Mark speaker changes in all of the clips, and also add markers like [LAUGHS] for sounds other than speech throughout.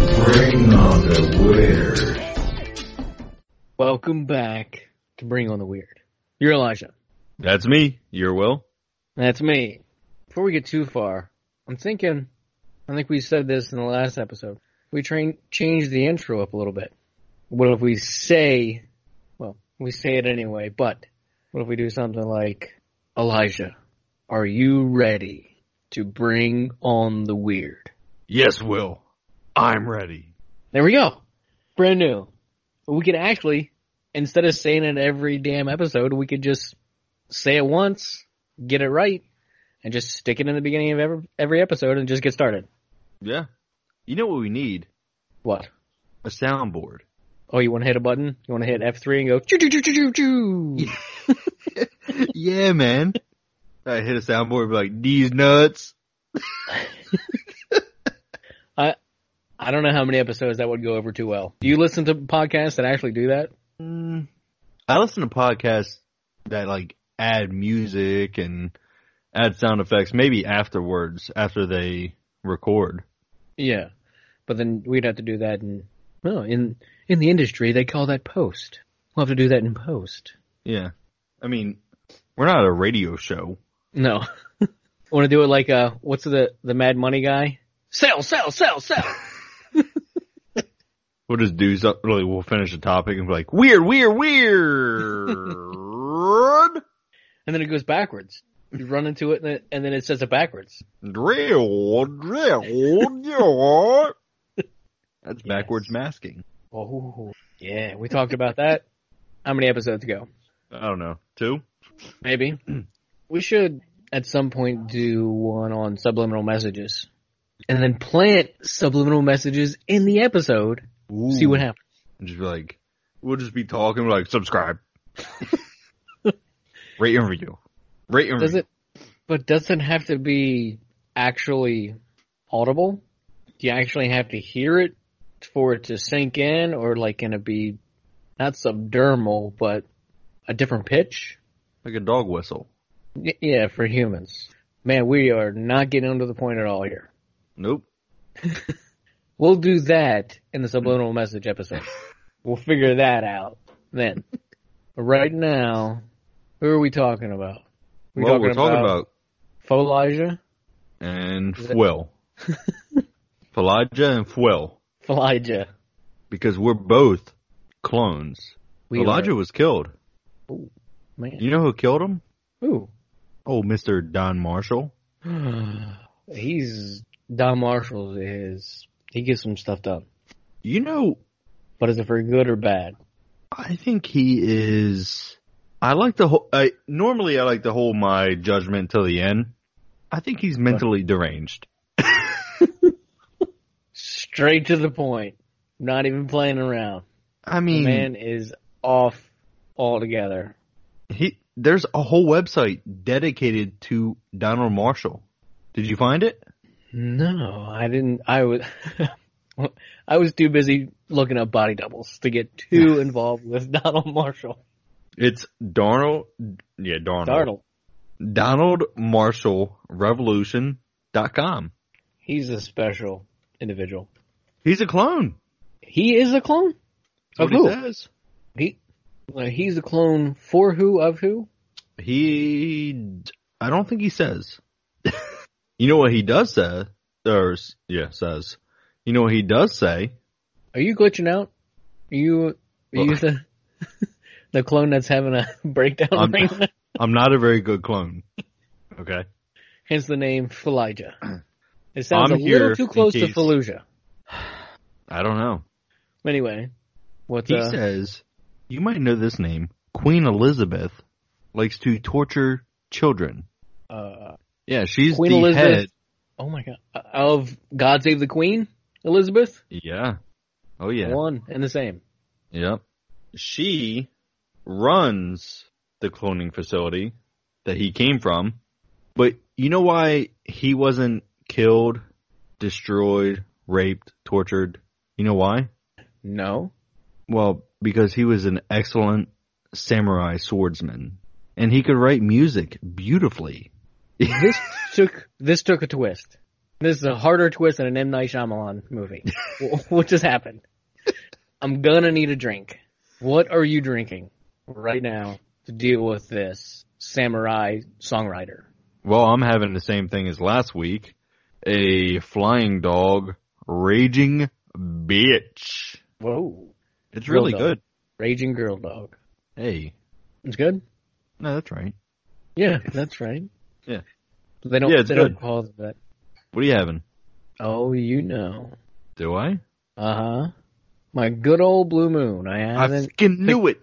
Speaker 1: Bring on the weird.
Speaker 2: Welcome back to Bring on the Weird. You're Elijah.
Speaker 3: That's me. Your will.
Speaker 2: That's me. Before we get too far, I'm thinking, I think we said this in the last episode. We train, change the intro up a little bit. What if we say, well, we say it anyway, but what if we do something like, Elijah, are you ready to bring on the weird?
Speaker 3: Yes, will. I'm ready.
Speaker 2: There we go. Brand new. We could actually, instead of saying it every damn episode, we could just say it once, get it right, and just stick it in the beginning of every, every episode and just get started.
Speaker 3: Yeah. You know what we need?
Speaker 2: What?
Speaker 3: A soundboard.
Speaker 2: Oh, you want to hit a button? You want to hit F3 and go choo choo choo choo choo choo.
Speaker 3: [LAUGHS] yeah, man. I hit a soundboard and be like, these nuts.
Speaker 2: I don't know how many episodes that would go over too well. Do you listen to podcasts that actually do that?
Speaker 3: Mm. I listen to podcasts that like add music and add sound effects maybe afterwards, after they record.
Speaker 2: Yeah. But then we'd have to do that in well, in in the industry they call that post. We'll have to do that in post.
Speaker 3: Yeah. I mean, we're not a radio show.
Speaker 2: No. [LAUGHS] Want to do it like uh what's the the Mad Money guy? Sell, sell, sell, sell. [LAUGHS]
Speaker 3: We'll just do something. Really, we'll finish the topic and be like, weird, weird, [LAUGHS] weird.
Speaker 2: and then it goes backwards. You run into it and then, and then it says it backwards.
Speaker 3: Drill, drill, [LAUGHS] drill. That's backwards masking.
Speaker 2: Oh, yeah. We talked about that. How many episodes ago?
Speaker 3: I don't know. Two?
Speaker 2: Maybe. We should at some point do one on subliminal messages and then plant subliminal messages in the episode. See what happens.
Speaker 3: And just be like, we'll just be talking, like,
Speaker 2: [LAUGHS]
Speaker 3: subscribe. Rate and review. Rate and
Speaker 2: Does
Speaker 3: review.
Speaker 2: it, but does it have to be actually audible? Do you actually have to hear it for it to sink in or like can it be not subdermal, but a different pitch?
Speaker 3: Like a dog whistle.
Speaker 2: Y- Yeah, for humans. Man, we are not getting to the point at all here.
Speaker 3: Nope.
Speaker 2: We'll do that in the subliminal
Speaker 3: Hmm.
Speaker 2: message episode. We'll figure that out
Speaker 3: [LAUGHS]
Speaker 2: then. But right now, who are we talking about?
Speaker 3: Well, we're talking about,
Speaker 2: Folija?
Speaker 3: and
Speaker 2: Is it- [LAUGHS]
Speaker 3: Fwill. Falaja and Fwill.
Speaker 2: Folija.
Speaker 3: Because we're both clones.
Speaker 2: We
Speaker 3: Elijah
Speaker 2: are-
Speaker 3: was killed.
Speaker 2: man.
Speaker 3: You know who killed him?
Speaker 2: Ooh.
Speaker 3: Oh, Mr. Don Marshall.
Speaker 2: [SIGHS] He's, Don Marshall is, he gets some stuff done.
Speaker 3: You know,
Speaker 2: But is it for good or bad?
Speaker 3: I think he is. I like the whole. I normally I like to hold my judgment till the end. I think he's mentally deranged.
Speaker 2: Straight to the point. Not even playing around.
Speaker 3: I
Speaker 2: The
Speaker 3: mean,
Speaker 2: man is off altogether.
Speaker 3: he there's a whole website dedicated to Donald Marshall. Did you find it?
Speaker 2: No, I didn't. I was [LAUGHS] I was too busy looking up body doubles to get [LAUGHS] too involved with Donald Marshall.
Speaker 3: It's Donald. Yeah, Donald.
Speaker 2: Darnold,
Speaker 3: Donald Marshall Revolution dot com.
Speaker 2: he's a special individual.
Speaker 3: He's a clone.
Speaker 2: He is a clone.
Speaker 3: That's
Speaker 2: Of
Speaker 3: what
Speaker 2: who?
Speaker 3: he says.
Speaker 2: He like, he's a clone for who of who?
Speaker 3: He, I don't think he says. [LAUGHS] you know what he does say, or s- yeah, says. You know what he does say?
Speaker 2: Are you glitching out? Are you are you
Speaker 3: Well-
Speaker 2: the [LAUGHS] the clone that's having a [LAUGHS] breakdown
Speaker 3: I'm-
Speaker 2: right now?
Speaker 3: I'm not a very good clone. Okay.
Speaker 2: Hence the name Fallujah.
Speaker 3: [CLEARS THROAT]
Speaker 2: It sounds
Speaker 3: I'm
Speaker 2: a
Speaker 3: here
Speaker 2: little too
Speaker 3: in
Speaker 2: close to
Speaker 3: case-
Speaker 2: Fallujah.
Speaker 3: I don't know.
Speaker 2: Anyway, what's
Speaker 3: He
Speaker 2: uh,
Speaker 3: says, you might know this name. Queen Elizabeth likes to torture children.
Speaker 2: uh
Speaker 3: Yeah, she's
Speaker 2: Queen
Speaker 3: the
Speaker 2: Elizabeth.
Speaker 3: head.
Speaker 2: Oh my god. Of God Save the Queen, Elizabeth?
Speaker 3: Yeah. Oh yeah.
Speaker 2: One and the same.
Speaker 3: Yep. She runs the cloning facility that he came from. But you know why he wasn't killed, destroyed, raped, tortured? You know why?
Speaker 2: No.
Speaker 3: Well, because he was an excellent samurai swordsman and he could write music beautifully.
Speaker 2: This took this took a twist. This is a harder twist than an M Night Shyamalan movie. [LAUGHS] Wh- what just happened? I'm gonna need a drink. What are you drinking right now to deal with this samurai songwriter?
Speaker 3: Well, I'm having the same thing as last week. A flying dog, raging bitch.
Speaker 2: Whoa,
Speaker 3: It's
Speaker 2: Real
Speaker 3: really
Speaker 2: dog.
Speaker 3: good.
Speaker 2: raging girl dog.
Speaker 3: Hey,
Speaker 2: It's good.
Speaker 3: no, that's right.
Speaker 2: Yeah, that's right.
Speaker 3: Yeah.
Speaker 2: They don't.
Speaker 3: Yeah, it's
Speaker 2: they don't
Speaker 3: good.
Speaker 2: call it that.
Speaker 3: What are you having?
Speaker 2: Oh, you know.
Speaker 3: Do I?
Speaker 2: Uh huh. My good old blue moon. I
Speaker 3: I
Speaker 2: haven't.
Speaker 3: fucking knew it.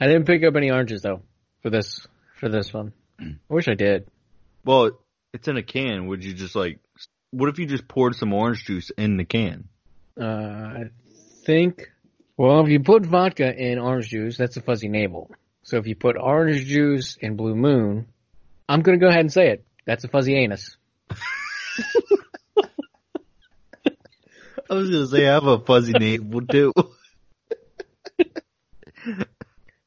Speaker 2: I didn't pick up any oranges though for this for this one.
Speaker 3: Mm.
Speaker 2: I wish I did.
Speaker 3: Well, it's in a can. Would you just like? What if you just poured some orange juice in the can?
Speaker 2: Uh, I think. Well, if you put vodka in orange juice, that's a fuzzy navel. So if you put orange juice in blue moon, I'm gonna go ahead and say it. That's a fuzzy anus.
Speaker 3: I was gonna say I have a [LAUGHS] fuzzy name. We'll do.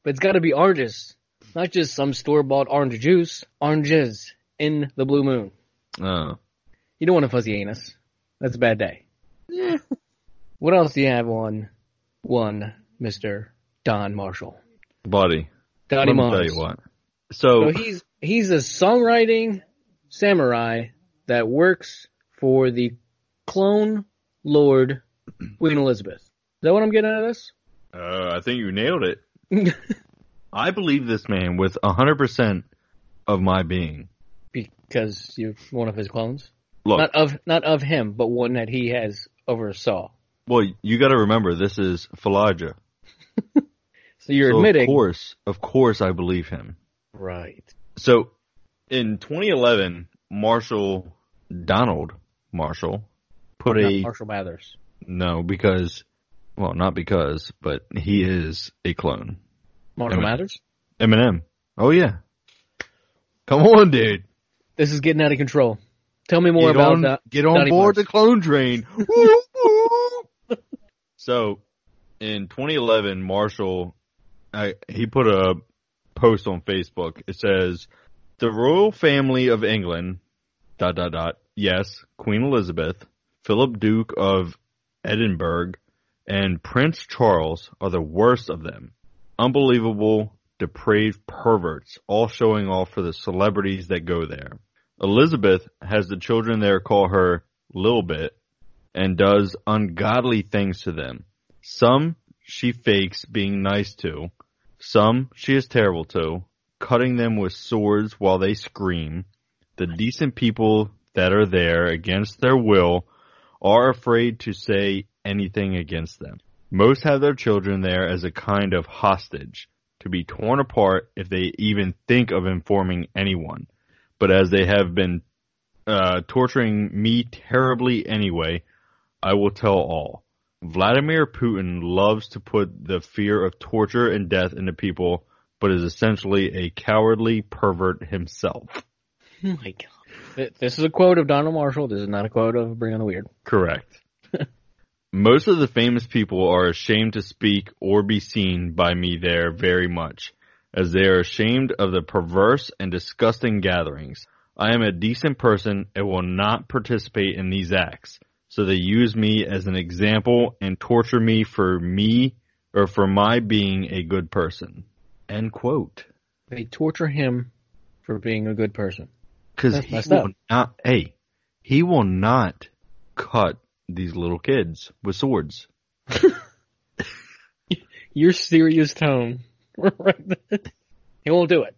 Speaker 2: But it's gotta be oranges, not just some store bought orange juice. Oranges in the blue moon.
Speaker 3: Oh,
Speaker 2: You don't want a fuzzy anus. That's a bad day.
Speaker 3: Yeah.
Speaker 2: What else do you have on one, Mister Don Marshall?
Speaker 3: buddy.
Speaker 2: Donnie
Speaker 3: let me
Speaker 2: Mons.
Speaker 3: tell you what. So,
Speaker 2: So he's he's a songwriting samurai that works for the clone lord Queen Elizabeth. Is that what I'm getting out of
Speaker 3: uh, I think you nailed it.
Speaker 2: [LAUGHS] this?
Speaker 3: I believe this man with hundred percent of my being.
Speaker 2: because you're one of his clones.
Speaker 3: Look,
Speaker 2: Not of not of him, but one that he has oversaw.
Speaker 3: well, you got to remember this is Falaja.
Speaker 2: So you're
Speaker 3: so
Speaker 2: admitting,
Speaker 3: Of course, of course, I believe him.
Speaker 2: right?
Speaker 3: So, in 2011, Marshall Donald Marshall put
Speaker 2: Not
Speaker 3: a
Speaker 2: Marshall Mathers.
Speaker 3: no because, well, not because, but he is a clone.
Speaker 2: Marshall
Speaker 3: Eminem.
Speaker 2: Mathers.
Speaker 3: Eminem. Oh yeah. Come on, dude.
Speaker 2: This is getting out of control. Tell me more
Speaker 3: get
Speaker 2: about
Speaker 3: on,
Speaker 2: that.
Speaker 3: get on
Speaker 2: Donnie
Speaker 3: board
Speaker 2: Marshall.
Speaker 3: the clone
Speaker 2: [LAUGHS]
Speaker 3: train. Woo, woo. so, in 2011, Marshall, I, he put a post on Facebook. It says, "The royal family of England, dot dot dot. Yes, Queen Elizabeth, Philip Duke of Edinburgh, and Prince Charles are the worst of them. Unbelievable." Depraved perverts, all showing off for the celebrities that go there. Elizabeth has the children there call her Lil Bit and does ungodly things to them. Some she fakes being nice to, some she is terrible to, cutting them with swords while they scream. The decent people that are there against their will are afraid to say anything against them. Most have their children there as a kind of hostage to be torn apart if they even think of informing anyone but as they have been uh, torturing me terribly anyway, I will tell all. Vladimir Putin loves to put the fear of torture and death into people, but is essentially a cowardly pervert himself.
Speaker 2: Oh my god. Th- This is a quote of Donald Marshall. This is not a quote of Bring on the Weird.
Speaker 3: Correct. Most of the famous people are ashamed to speak or be seen by me there very much, as they are ashamed of the perverse and disgusting gatherings. I am a decent person and will not participate in these acts, so they use me as an example and torture me for me or for my being a good person. End quote.
Speaker 2: They torture him for being a good person.
Speaker 3: Because
Speaker 2: That's
Speaker 3: he
Speaker 2: messed
Speaker 3: will
Speaker 2: up.
Speaker 3: not. Hey, he will not cut these little kids with swords.
Speaker 2: Your serious [LAUGHS] tone. right there. he won't do it.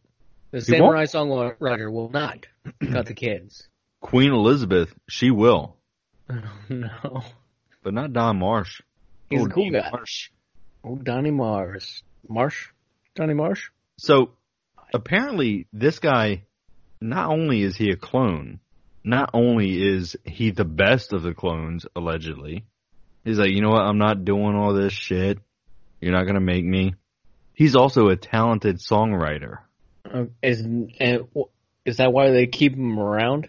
Speaker 2: The
Speaker 3: He
Speaker 2: samurai songwriter will not cut
Speaker 3: [LAUGHS]
Speaker 2: the kids.
Speaker 3: Queen Elizabeth, she will,
Speaker 2: Oh no.
Speaker 3: but not Don Marsh.
Speaker 2: He's a
Speaker 3: Oh,
Speaker 2: cool
Speaker 3: Don
Speaker 2: guy.
Speaker 3: Marsh.
Speaker 2: Oh, Donnie Marsh. Marsh? Donnie Marsh?
Speaker 3: So apparently, this guy, not only is he a clone, not only is he the best of the clones, allegedly. He's like, you know what? I'm not doing all this shit. You're not gonna make me. He's also a talented songwriter.
Speaker 2: Uh, is, and, wh- is that why they keep him around?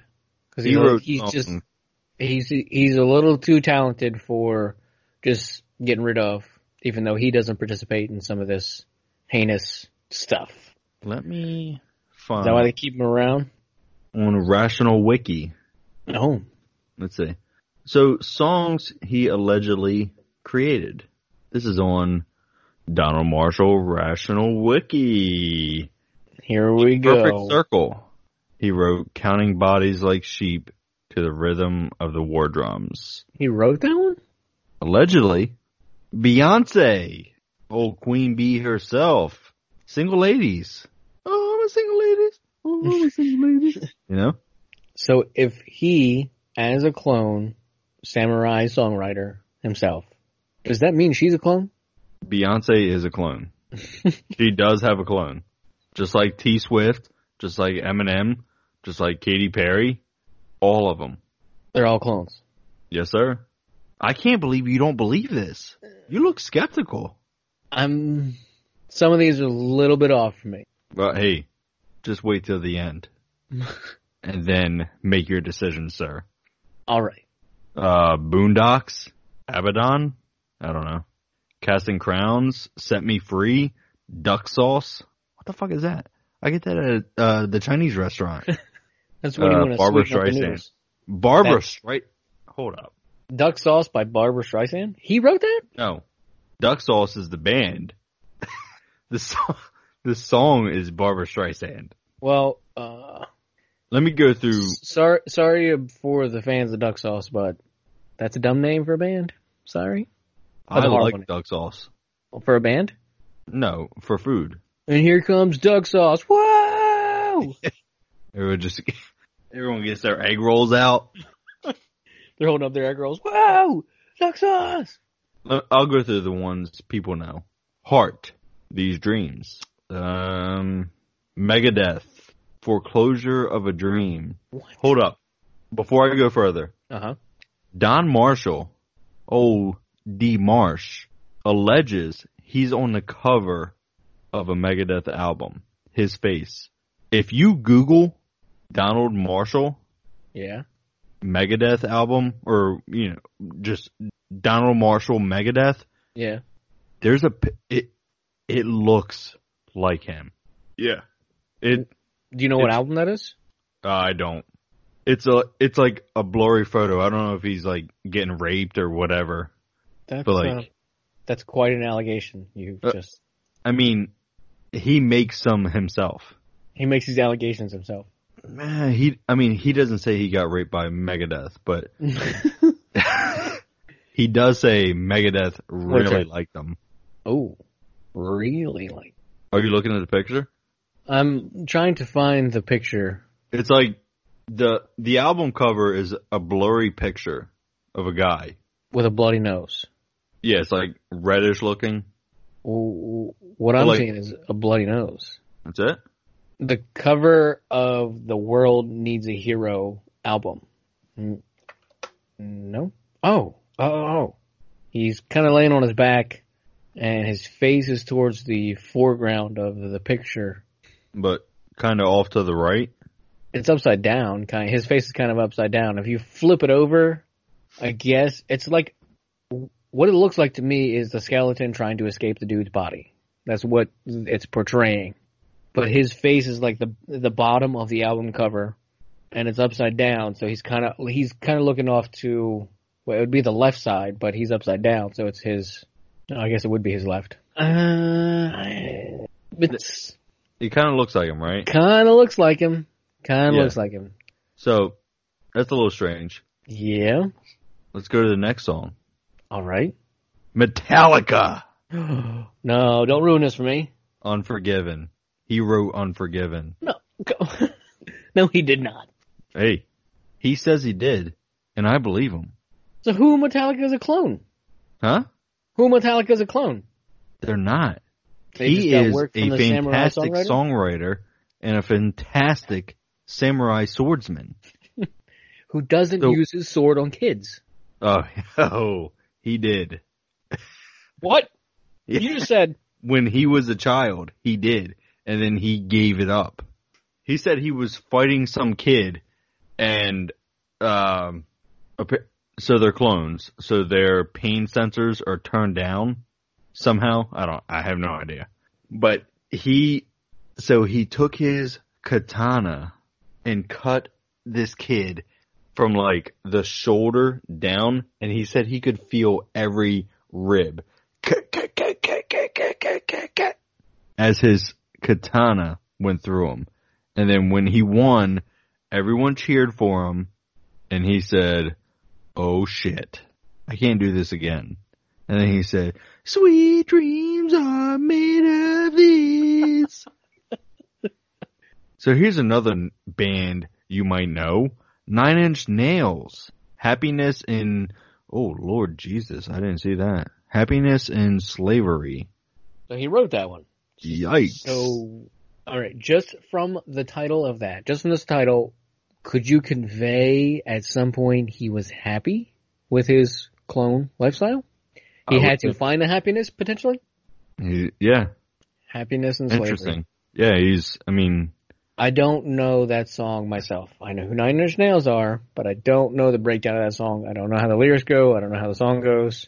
Speaker 2: Because
Speaker 3: He wrote
Speaker 2: he's
Speaker 3: songs.
Speaker 2: just he's he's a little too talented for just getting rid of, even though he doesn't participate in some of this heinous stuff.
Speaker 3: Let me
Speaker 2: Is that why
Speaker 3: find
Speaker 2: they keep him around?
Speaker 3: on Rational Wiki.
Speaker 2: Oh,
Speaker 3: Let's see. So songs he allegedly created. This is on Donald Marshall Rational Wiki.
Speaker 2: Here we
Speaker 3: Perfect
Speaker 2: go.
Speaker 3: Circle. He wrote Counting Bodies Like Sheep to the Rhythm of the War Drums.
Speaker 2: He wrote that one?
Speaker 3: Allegedly, Beyonce, old Queen Bee herself, single ladies. Oh, I'm a single ladies. Oh, I'm a single ladies. You know?
Speaker 2: So if he, as a clone, samurai songwriter himself, does that mean she's a clone?
Speaker 3: Beyonce is a clone. she does have a clone. Just like T Swift, just like Eminem, just like Katy Perry, all of them.
Speaker 2: They're all clones.
Speaker 3: Yes, sir. I can't believe you don't believe this. You look skeptical.
Speaker 2: I'm. Some of these are a little bit off for me.
Speaker 3: Well, hey, just wait till the [LAUGHS] end and then make your decision, sir.
Speaker 2: All right.
Speaker 3: Uh, Boondocks, Abaddon, I don't know. Casting Crowns, Set Me Free, Duck Sauce. What the fuck is that? I get that at uh, the Chinese restaurant.
Speaker 2: That's when you
Speaker 3: Uh,
Speaker 2: want to
Speaker 3: Barbra
Speaker 2: sweeten up the
Speaker 3: Streisand.
Speaker 2: news.
Speaker 3: Barbara
Speaker 2: That's-
Speaker 3: Streisand. Hold up.
Speaker 2: Duck Sauce by Barbara Streisand. He wrote that?
Speaker 3: No, Duck Sauce is the band. [LAUGHS] the song, the song is Barbara Streisand.
Speaker 2: Well, uh,
Speaker 3: Let me go through.
Speaker 2: sorry, sorry for the fans of Duck Sauce, but that's a dumb name for a band. Sorry. Oh,
Speaker 3: I
Speaker 2: the hard
Speaker 3: like
Speaker 2: one.
Speaker 3: Duck Sauce.
Speaker 2: For a band?
Speaker 3: No, for food.
Speaker 2: And here comes Duck Sauce. Whoa!
Speaker 3: Everyone just [LAUGHS] everyone gets their egg rolls out.
Speaker 2: They're holding up their egg rolls. Whoa! Duck Sauce!
Speaker 3: Let- I'll go through the ones people know. Heart, These Dreams, um, Megadeth, Foreclosure of a Dream.
Speaker 2: What?
Speaker 3: Hold up, before I go further,
Speaker 2: Uh huh.
Speaker 3: Don Marshall, oh D Marsh, alleges he's on the cover of a Megadeth album. His face. If you Google Donald Marshall
Speaker 2: Yeah.
Speaker 3: Megadeth album, or you know, just Donald Marshall Megadeth,
Speaker 2: Yeah.
Speaker 3: there's a pi- it. It looks like him. Yeah. It.
Speaker 2: Do you know what
Speaker 3: It's-
Speaker 2: album that is?
Speaker 3: I don't. It's a. It's like a blurry photo. I don't know if he's like getting raped or whatever.
Speaker 2: That's,
Speaker 3: But, like-
Speaker 2: uh, that's quite an allegation. You
Speaker 3: Uh,
Speaker 2: just.
Speaker 3: I mean, he makes some himself.
Speaker 2: He makes these allegations himself.
Speaker 3: Man, he. I mean, he doesn't say he got raped by Megadeth, but he does say Megadeth really
Speaker 2: Okay.
Speaker 3: liked them.
Speaker 2: [LAUGHS] oh, really? Like,
Speaker 3: Are you looking at the picture?
Speaker 2: I'm trying to find the picture.
Speaker 3: It's like the the album cover is a blurry picture of a guy.
Speaker 2: with a bloody nose.
Speaker 3: Yeah, it's like reddish looking.
Speaker 2: W- What I'm
Speaker 3: Like-
Speaker 2: seeing is a bloody nose.
Speaker 3: That's it.
Speaker 2: The cover of the World Needs a Hero album. Mm. No. Oh. Oh. oh. He's kind of laying on his back, and his face is towards the foreground of the picture.
Speaker 3: But kind of off to the right.
Speaker 2: It's upside down. Kind. His face is kind of upside down. If you flip it over, I guess it's like what it looks like to me is the skeleton trying to escape the dude's body. That's what it's portraying. But his face is like the the bottom of the album cover, and it's upside down. So he's kind of he's kind of looking off to well, it would be the left side, but he's upside down. So it's his. no, I guess it would be his left. Uh, it's
Speaker 3: It kind of looks like him, right?
Speaker 2: kind of looks like him. Kind of
Speaker 3: Yeah.
Speaker 2: looks like him.
Speaker 3: So that's a little strange.
Speaker 2: Yeah.
Speaker 3: Let's go to the next song. [GASPS]
Speaker 2: All right.
Speaker 3: Metallica.
Speaker 2: no, don't ruin this for me.
Speaker 3: Unforgiven. He wrote Unforgiven.
Speaker 2: No, go- [LAUGHS] no, he did not.
Speaker 3: Hey, he says he did, and I believe him.
Speaker 2: So who Metallica is a clone?
Speaker 3: Huh?
Speaker 2: Who Metallica is a clone?
Speaker 3: They're not.
Speaker 2: They just
Speaker 3: he
Speaker 2: got
Speaker 3: is
Speaker 2: work from
Speaker 3: a
Speaker 2: the samurai
Speaker 3: fantastic
Speaker 2: songwriter?
Speaker 3: songwriter and a fantastic samurai swordsman.
Speaker 2: who doesn't
Speaker 3: So-
Speaker 2: use his sword on kids.
Speaker 3: Oh, [LAUGHS] oh he did.
Speaker 2: What you just said?
Speaker 3: when he was a child, he did, and then he gave it up. He said he was fighting some kid, and um, appa- so they're clones, so their pain sensors are turned down somehow. I don't, I have no idea. But he, so he took his katana and cut this kid from like the shoulder down, and he said he could feel every rib as his katana went through him. And then when he won, everyone cheered for him, and he said, "Oh shit, I can't do this again." And then he said, "Sweet dreams are made of these." so here's another n- band you might know. Nine Inch Nails. Happiness in, oh Lord Jesus, I didn't see that. Happiness in Slavery.
Speaker 2: So he wrote that one.
Speaker 3: Yikes. [LAUGHS]
Speaker 2: So, all right, just from the title of that, just from this title, could you convey at some point he was happy with his clone lifestyle? He
Speaker 3: I
Speaker 2: had
Speaker 3: would
Speaker 2: to
Speaker 3: think-
Speaker 2: find the happiness potentially.
Speaker 3: He- yeah,
Speaker 2: Happiness and slavery.
Speaker 3: interesting. Yeah, he's, I mean,
Speaker 2: [LAUGHS] I don't know that song myself. I know who Nine Inch Nails are, but I don't know the breakdown of that song. I don't know how the lyrics go. I don't know how the song goes.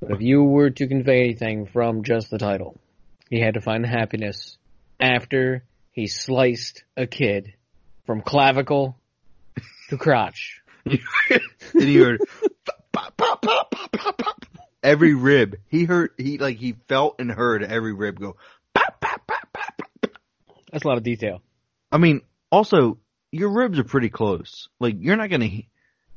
Speaker 2: But if you were to convey anything from just the title, he had to find happiness after he sliced a kid from clavicle to crotch.
Speaker 3: and he heard pop, pop, pop, pop, pop, pop. every rib. He heard, he like, he felt and heard every rib go pop, pop, pop, pop, pop.
Speaker 2: That's a lot of detail.
Speaker 3: I mean, also your ribs are pretty close. Like you're not gonna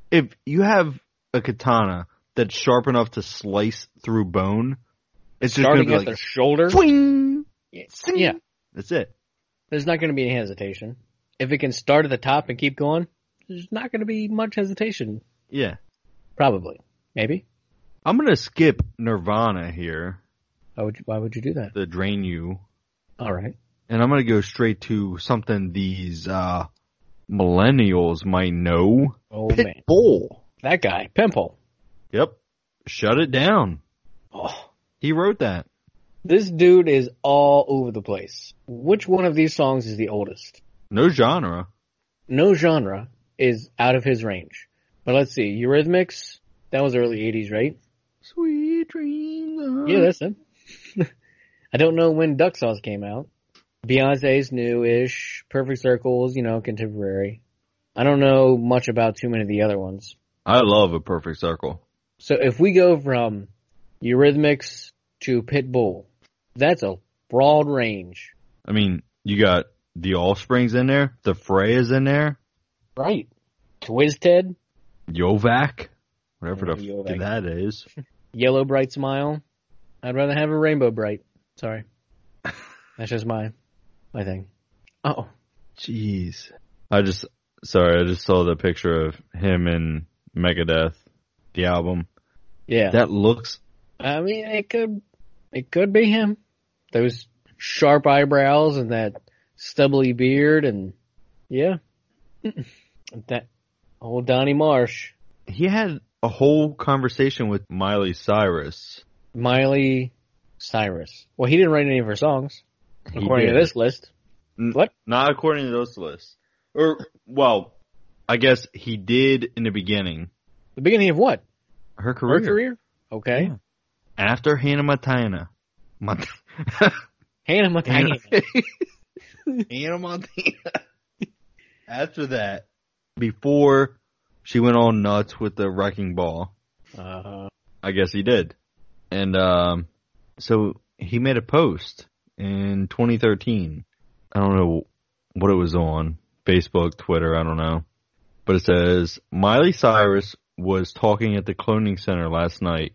Speaker 3: if you have a katana that's sharp enough to slice through bone, it's just
Speaker 2: Starting
Speaker 3: gonna
Speaker 2: at
Speaker 3: be
Speaker 2: the
Speaker 3: like
Speaker 2: shoulder.
Speaker 3: swing. sing.
Speaker 2: Yeah,
Speaker 3: That's it.
Speaker 2: there's not going to be any hesitation. If it can start at the top and keep going, there's not going to be much hesitation.
Speaker 3: Yeah,
Speaker 2: Probably. Maybe.
Speaker 3: I'm gonna skip Nirvana here,
Speaker 2: Why would you, why would you do that?
Speaker 3: the drain you,
Speaker 2: All right.
Speaker 3: and I'm gonna go straight to something these uh millennials might know.
Speaker 2: Oh man,
Speaker 3: Pitbull.
Speaker 2: that guy, Pimple.
Speaker 3: Yep. Shut it down.
Speaker 2: Oh,
Speaker 3: He wrote that.
Speaker 2: this dude is all over the place. Which one of these songs is the oldest?
Speaker 3: No genre.
Speaker 2: No genre is out of his range. But let's see, Eurythmics. That was early '80s, right?
Speaker 3: Sweet dreams.
Speaker 2: Yeah, that's him. [LAUGHS] I don't know when Duck Sauce came out. Beyonce's new-ish, Perfect Circles, you know, contemporary. I don't know much about too many of the other ones.
Speaker 3: I love a perfect circle.
Speaker 2: So if we go from Eurythmics to Pitbull, that's a broad range.
Speaker 3: I mean, you got the offsprings in there, the fray is in there,
Speaker 2: Right. Twisted,
Speaker 3: Yovac, whatever the
Speaker 2: Oh, Yovac.
Speaker 3: f- that is.
Speaker 2: Yellow Bright Smile. I'd rather have a Rainbow Bright. [LAUGHS] Sorry. That's just my my thing. Oh.
Speaker 3: Jeez. I just sorry, I just saw the picture of him in Megadeth, the album.
Speaker 2: Yeah.
Speaker 3: That looks
Speaker 2: I mean it could it could be him. Those sharp eyebrows and that stubbly beard and [LAUGHS] yeah. that old Donnie Marsh.
Speaker 3: he had a whole conversation with Miley Cyrus.
Speaker 2: Miley Cyrus. Well he didn't write any of her songs,
Speaker 3: He
Speaker 2: according to
Speaker 3: did.
Speaker 2: this list.
Speaker 3: N-
Speaker 2: What?
Speaker 3: Not according to those lists. Or well, I guess he did in the beginning.
Speaker 2: The beginning of what?
Speaker 3: Her
Speaker 2: Her
Speaker 3: career.
Speaker 2: career? Okay.
Speaker 3: Yeah. After Hannah Montana. [LAUGHS] Mont-
Speaker 2: Hannah Montana.
Speaker 3: [LAUGHS] Hannah Montana. After that, before she went all nuts with the wrecking ball,
Speaker 2: [LAUGHS] Uh,
Speaker 3: I guess he did. And um, so he made a post in 2013. I don't know what it was on Facebook, Twitter, I don't know. But it says Miley Cyrus was talking at the cloning center last night,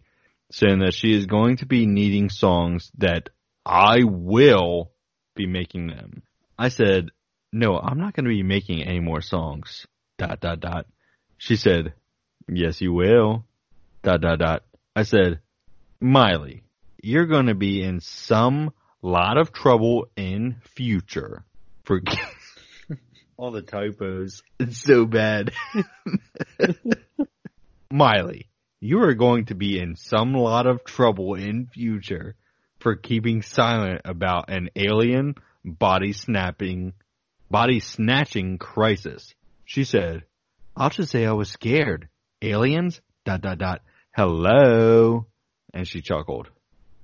Speaker 3: saying that she is going to be needing songs that I will be making them. I said, No, I'm not going to be making any more songs. Dot, dot, dot. She said, Yes, you will dot dot dot. I said, Miley, you're going to be in some lot of trouble in future. Forget [LAUGHS] all the typos. It's so bad. [LAUGHS] Miley, you are going to be in some lot of trouble in future for keeping silent about an alien body snapping, body snatching crisis. She said, I'll just say I was scared. Aliens? Dot dot dot. Hello. And she chuckled.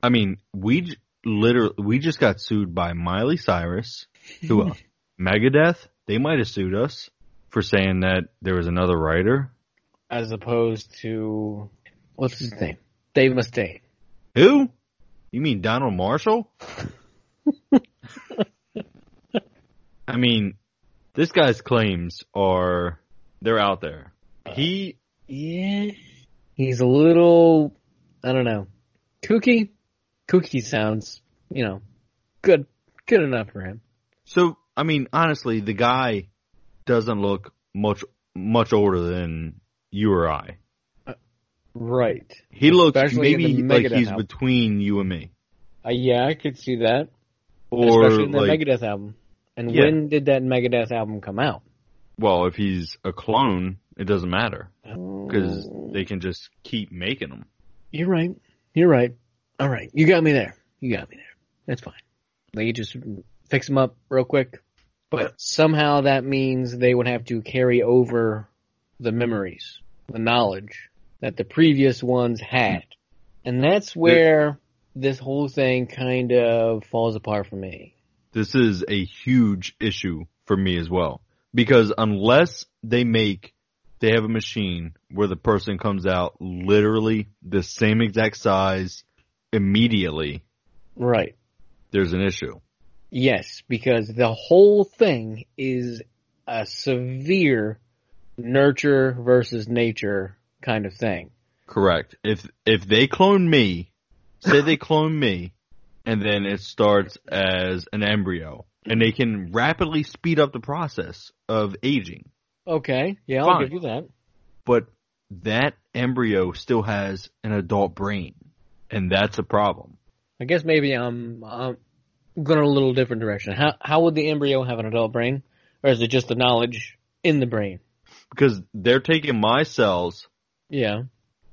Speaker 3: I mean, we j- literally we just got sued by Miley Cyrus. uh, [LAUGHS] Who else? Megadeth. They might have sued us for saying that there was another writer.
Speaker 2: as opposed to what's his name, Dave Mustaine.
Speaker 3: Who? You mean Donald [LAUGHS] Marshall? I mean, this guy's claims are they're out there. He
Speaker 2: Yeah, he's a little, I don't know, kooky. Kooky sounds, you know, good, good enough for him.
Speaker 3: so I mean honestly, the guy doesn't look much much older than you or I.
Speaker 2: Right.
Speaker 3: He looks
Speaker 2: Especially in
Speaker 3: maybe
Speaker 2: the
Speaker 3: like
Speaker 2: Megadeth
Speaker 3: he's
Speaker 2: album.
Speaker 3: between you and me,
Speaker 2: Uh, yeah, I could see that,
Speaker 3: or
Speaker 2: especially in the
Speaker 3: like
Speaker 2: Megadeth album. And
Speaker 3: Yeah.
Speaker 2: when did that Megadeth album come out?
Speaker 3: well, if he's a clone, it doesn't matter because they can just keep making them.
Speaker 2: You're right. You're right. All right. You got me there. You got me there. That's fine. They just fix them up real quick. But somehow that means they would have to carry over the memories, the knowledge that the previous ones had. And that's where this whole thing kind of falls apart for me.
Speaker 3: this is a huge issue for me as well. Because unless they make, they have a machine where the person comes out literally the same exact size immediately,
Speaker 2: Right.
Speaker 3: there's an issue.
Speaker 2: Yes, because the whole thing is a severe nurture versus nature kind of thing.
Speaker 3: Correct. If, if they clone me, say they clone me, and then it starts as an embryo, and they can rapidly speed up the process of aging.
Speaker 2: Okay. Yeah, I'll
Speaker 3: Fine.
Speaker 2: give you that.
Speaker 3: but that embryo still has an adult brain, and that's a problem.
Speaker 2: I guess maybe I'm, I'm going a little different direction. How how would the embryo have an adult brain, or is it just the knowledge in the brain?
Speaker 3: Because they're taking my cells,
Speaker 2: Yeah.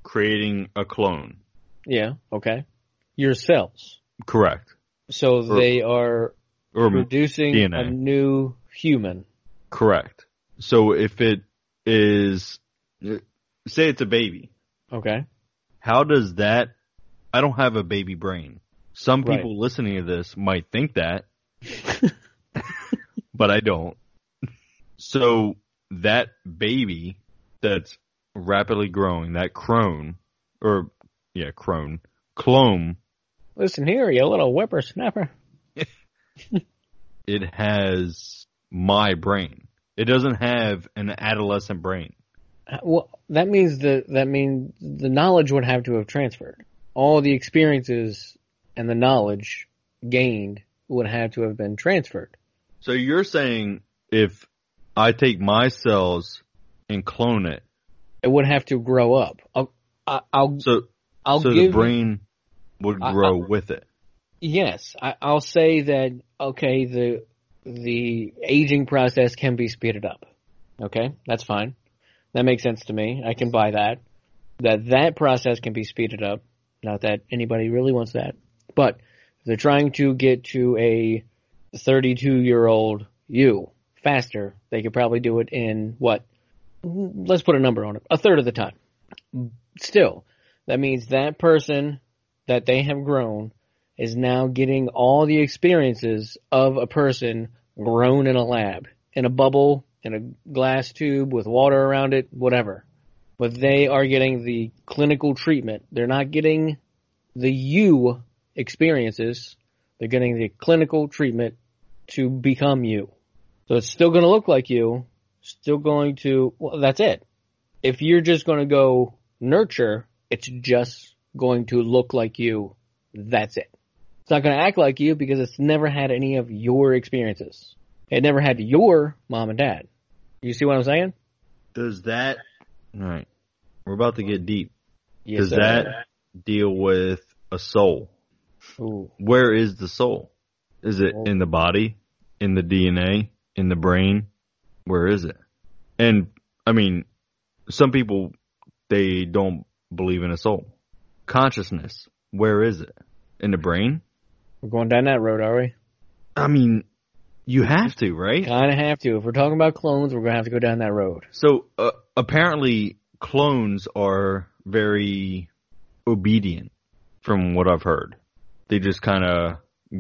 Speaker 3: creating a clone.
Speaker 2: Yeah. Okay. Your cells.
Speaker 3: Correct.
Speaker 2: So
Speaker 3: Or-
Speaker 2: they are
Speaker 3: Or
Speaker 2: producing
Speaker 3: DNA.
Speaker 2: a new human.
Speaker 3: correct. So if it is, say it's a baby,
Speaker 2: Okay.
Speaker 3: how does that? I don't have a baby brain. Some
Speaker 2: Right.
Speaker 3: people listening to this might think that, but I don't. So that baby that's rapidly growing, that crone, or yeah, crone, clone,
Speaker 2: Listen here, you little whippersnapper.
Speaker 3: it has my brain. It doesn't have an adolescent brain.
Speaker 2: Uh, Well, that means the that means the knowledge would have to have transferred. All the experiences and the knowledge gained would have to have been transferred.
Speaker 3: So you're saying if I take my cells and clone it,
Speaker 2: It would have to grow up. I'll I- I'll
Speaker 3: so
Speaker 2: I'll
Speaker 3: so the
Speaker 2: give
Speaker 3: brain would
Speaker 2: I-
Speaker 3: grow with it.
Speaker 2: yes. I, I'll say that okay. The the aging process can be speeded up. Okay, that's fine. That makes sense to me. I can buy that. That that process can be speeded up. Not that anybody really wants that, but they're trying to get to a 32 year old you faster. They could probably do it in what? Let's put a number on it. A third of the time. Still, that means that person that they have grown is now getting all the experiences of a person grown in a lab, in a bubble, in a glass tube with water around it, whatever. But they are getting the clinical treatment. They're not getting the you experiences. They're getting the clinical treatment to become you. So it's still going to look like you, still going to, well, that's it. If you're just going to go nurture, it's just going to look like you. That's it. It's not going to act like you because it's never had any of your experiences. It never had your mom and dad. You see what I'm saying?
Speaker 3: Does that? All right, we're about to get deep.
Speaker 2: Yes,
Speaker 3: Does that deal with a soul?
Speaker 2: Ooh.
Speaker 3: Where is the soul? Is it
Speaker 2: Oh.
Speaker 3: in the body, in the DNA, in the brain? Where is it? And I mean, some people they don't believe in a soul. Consciousness, where is it? In the brain?
Speaker 2: We're going down that road, are we?
Speaker 3: I mean, you have to, right?
Speaker 2: Kind of have to. If we're talking about clones, we're going to have to go down that road.
Speaker 3: So uh, apparently, clones are very obedient, from what I've heard. They just kind of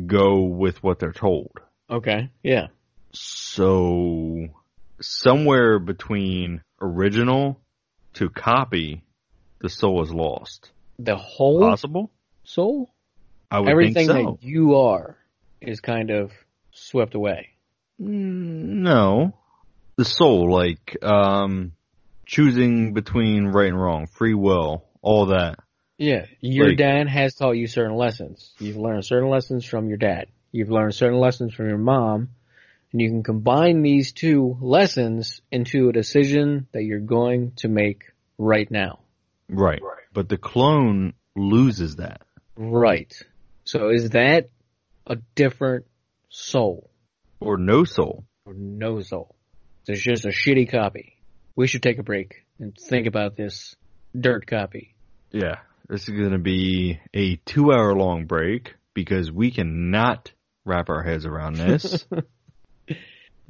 Speaker 3: go with what they're told.
Speaker 2: Okay. Yeah.
Speaker 3: So somewhere between original to copy The Soul is Lost.
Speaker 2: The whole
Speaker 3: Possible?
Speaker 2: soul?
Speaker 3: I would think
Speaker 2: Everything
Speaker 3: so.
Speaker 2: that you are is kind of swept away.
Speaker 3: Mm, No. The soul, like, um, choosing between right and wrong, free will, all that.
Speaker 2: Yeah. Your
Speaker 3: Like-
Speaker 2: dad has taught you certain lessons. You've learned certain lessons from your dad. You've learned certain lessons from your mom. And you can combine these two lessons into a decision that you're going to make right now.
Speaker 3: Right. But the clone loses that.
Speaker 2: Right. So is that a different soul
Speaker 3: Or no soul.
Speaker 2: or no soul? It's just a shitty copy. We should take a break and think about this dirt copy.
Speaker 3: Yeah. This is going to be a two hour long break because we cannot wrap our heads around [LAUGHS] this.
Speaker 2: uh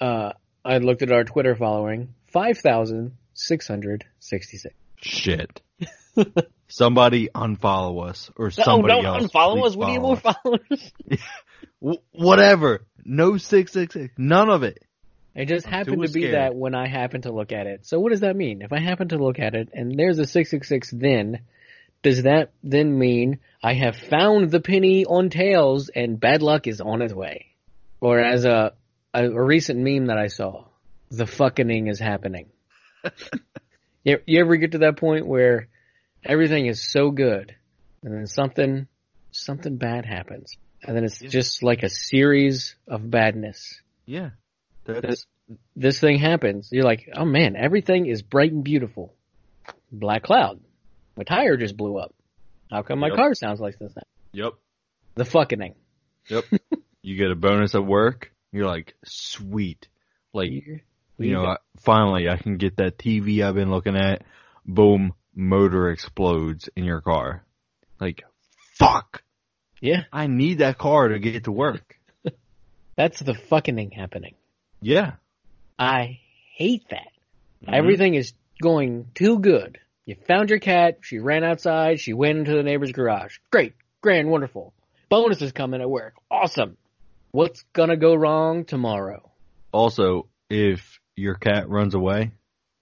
Speaker 2: uh, I looked at our Twitter following five thousand six hundred sixty six.
Speaker 3: Shit. [LAUGHS] somebody unfollow us or
Speaker 2: Oh,
Speaker 3: somebody else. please follow
Speaker 2: followers?
Speaker 3: W- whatever. No six six six. None of it.
Speaker 2: It just
Speaker 3: I'm
Speaker 2: happened
Speaker 3: too
Speaker 2: to be
Speaker 3: scared.
Speaker 2: that when I happened to look at it. So what does that mean? If I happen to look at it and there's a 666 then, does that then mean I have found the penny on tails and bad luck is on its way? Or as a, a, a recent meme that I saw, the fucking
Speaker 3: [LAUGHS]
Speaker 2: is happening. you, you ever get to that point where everything is so good and then something, something bad happens and then it's just like a series of badness
Speaker 3: Yeah.
Speaker 2: That's- this thing happens. You're like, oh man, everything is bright and beautiful. Black cloud. My tire just blew up. How come my
Speaker 3: Yep.
Speaker 2: car sounds like this now?
Speaker 3: yep.
Speaker 2: The fucking
Speaker 3: Yep. you get a bonus at work. You're like, sweet. Like, you
Speaker 2: thing.
Speaker 3: know, I, finally I can get that TV I've been looking at. Boom, motor explodes in your car. Like, fuck.
Speaker 2: Yeah,
Speaker 3: I need that car to get to work.
Speaker 2: that's the fucking happening.
Speaker 3: Yeah.
Speaker 2: I hate that.
Speaker 3: Mm-hmm.
Speaker 2: Everything is going too good. You found your cat. She ran outside. She went into the neighbor's garage. Great. Grand. Wonderful. Bonus is coming at work. Awesome. What's gonna go wrong tomorrow?
Speaker 3: Also, if your cat runs away,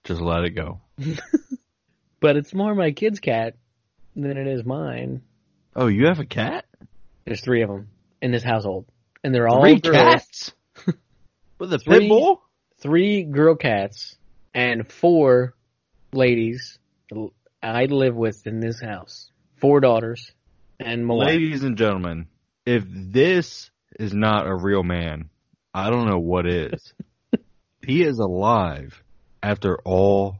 Speaker 3: just let it go.
Speaker 2: But it's more my kid's cat than it is mine.
Speaker 3: Oh, you have a cat?
Speaker 2: There's three of them in this household, and they're all
Speaker 3: Three
Speaker 2: girls. [LAUGHS]
Speaker 3: cats? With a
Speaker 2: Three-
Speaker 3: pit bull?
Speaker 2: Three girl cats and four ladies l- I live with in this house. Four daughters and my wife.
Speaker 3: Ladies and gentlemen, if this is not a real man, I don't know what [LAUGHS] is. he is alive after all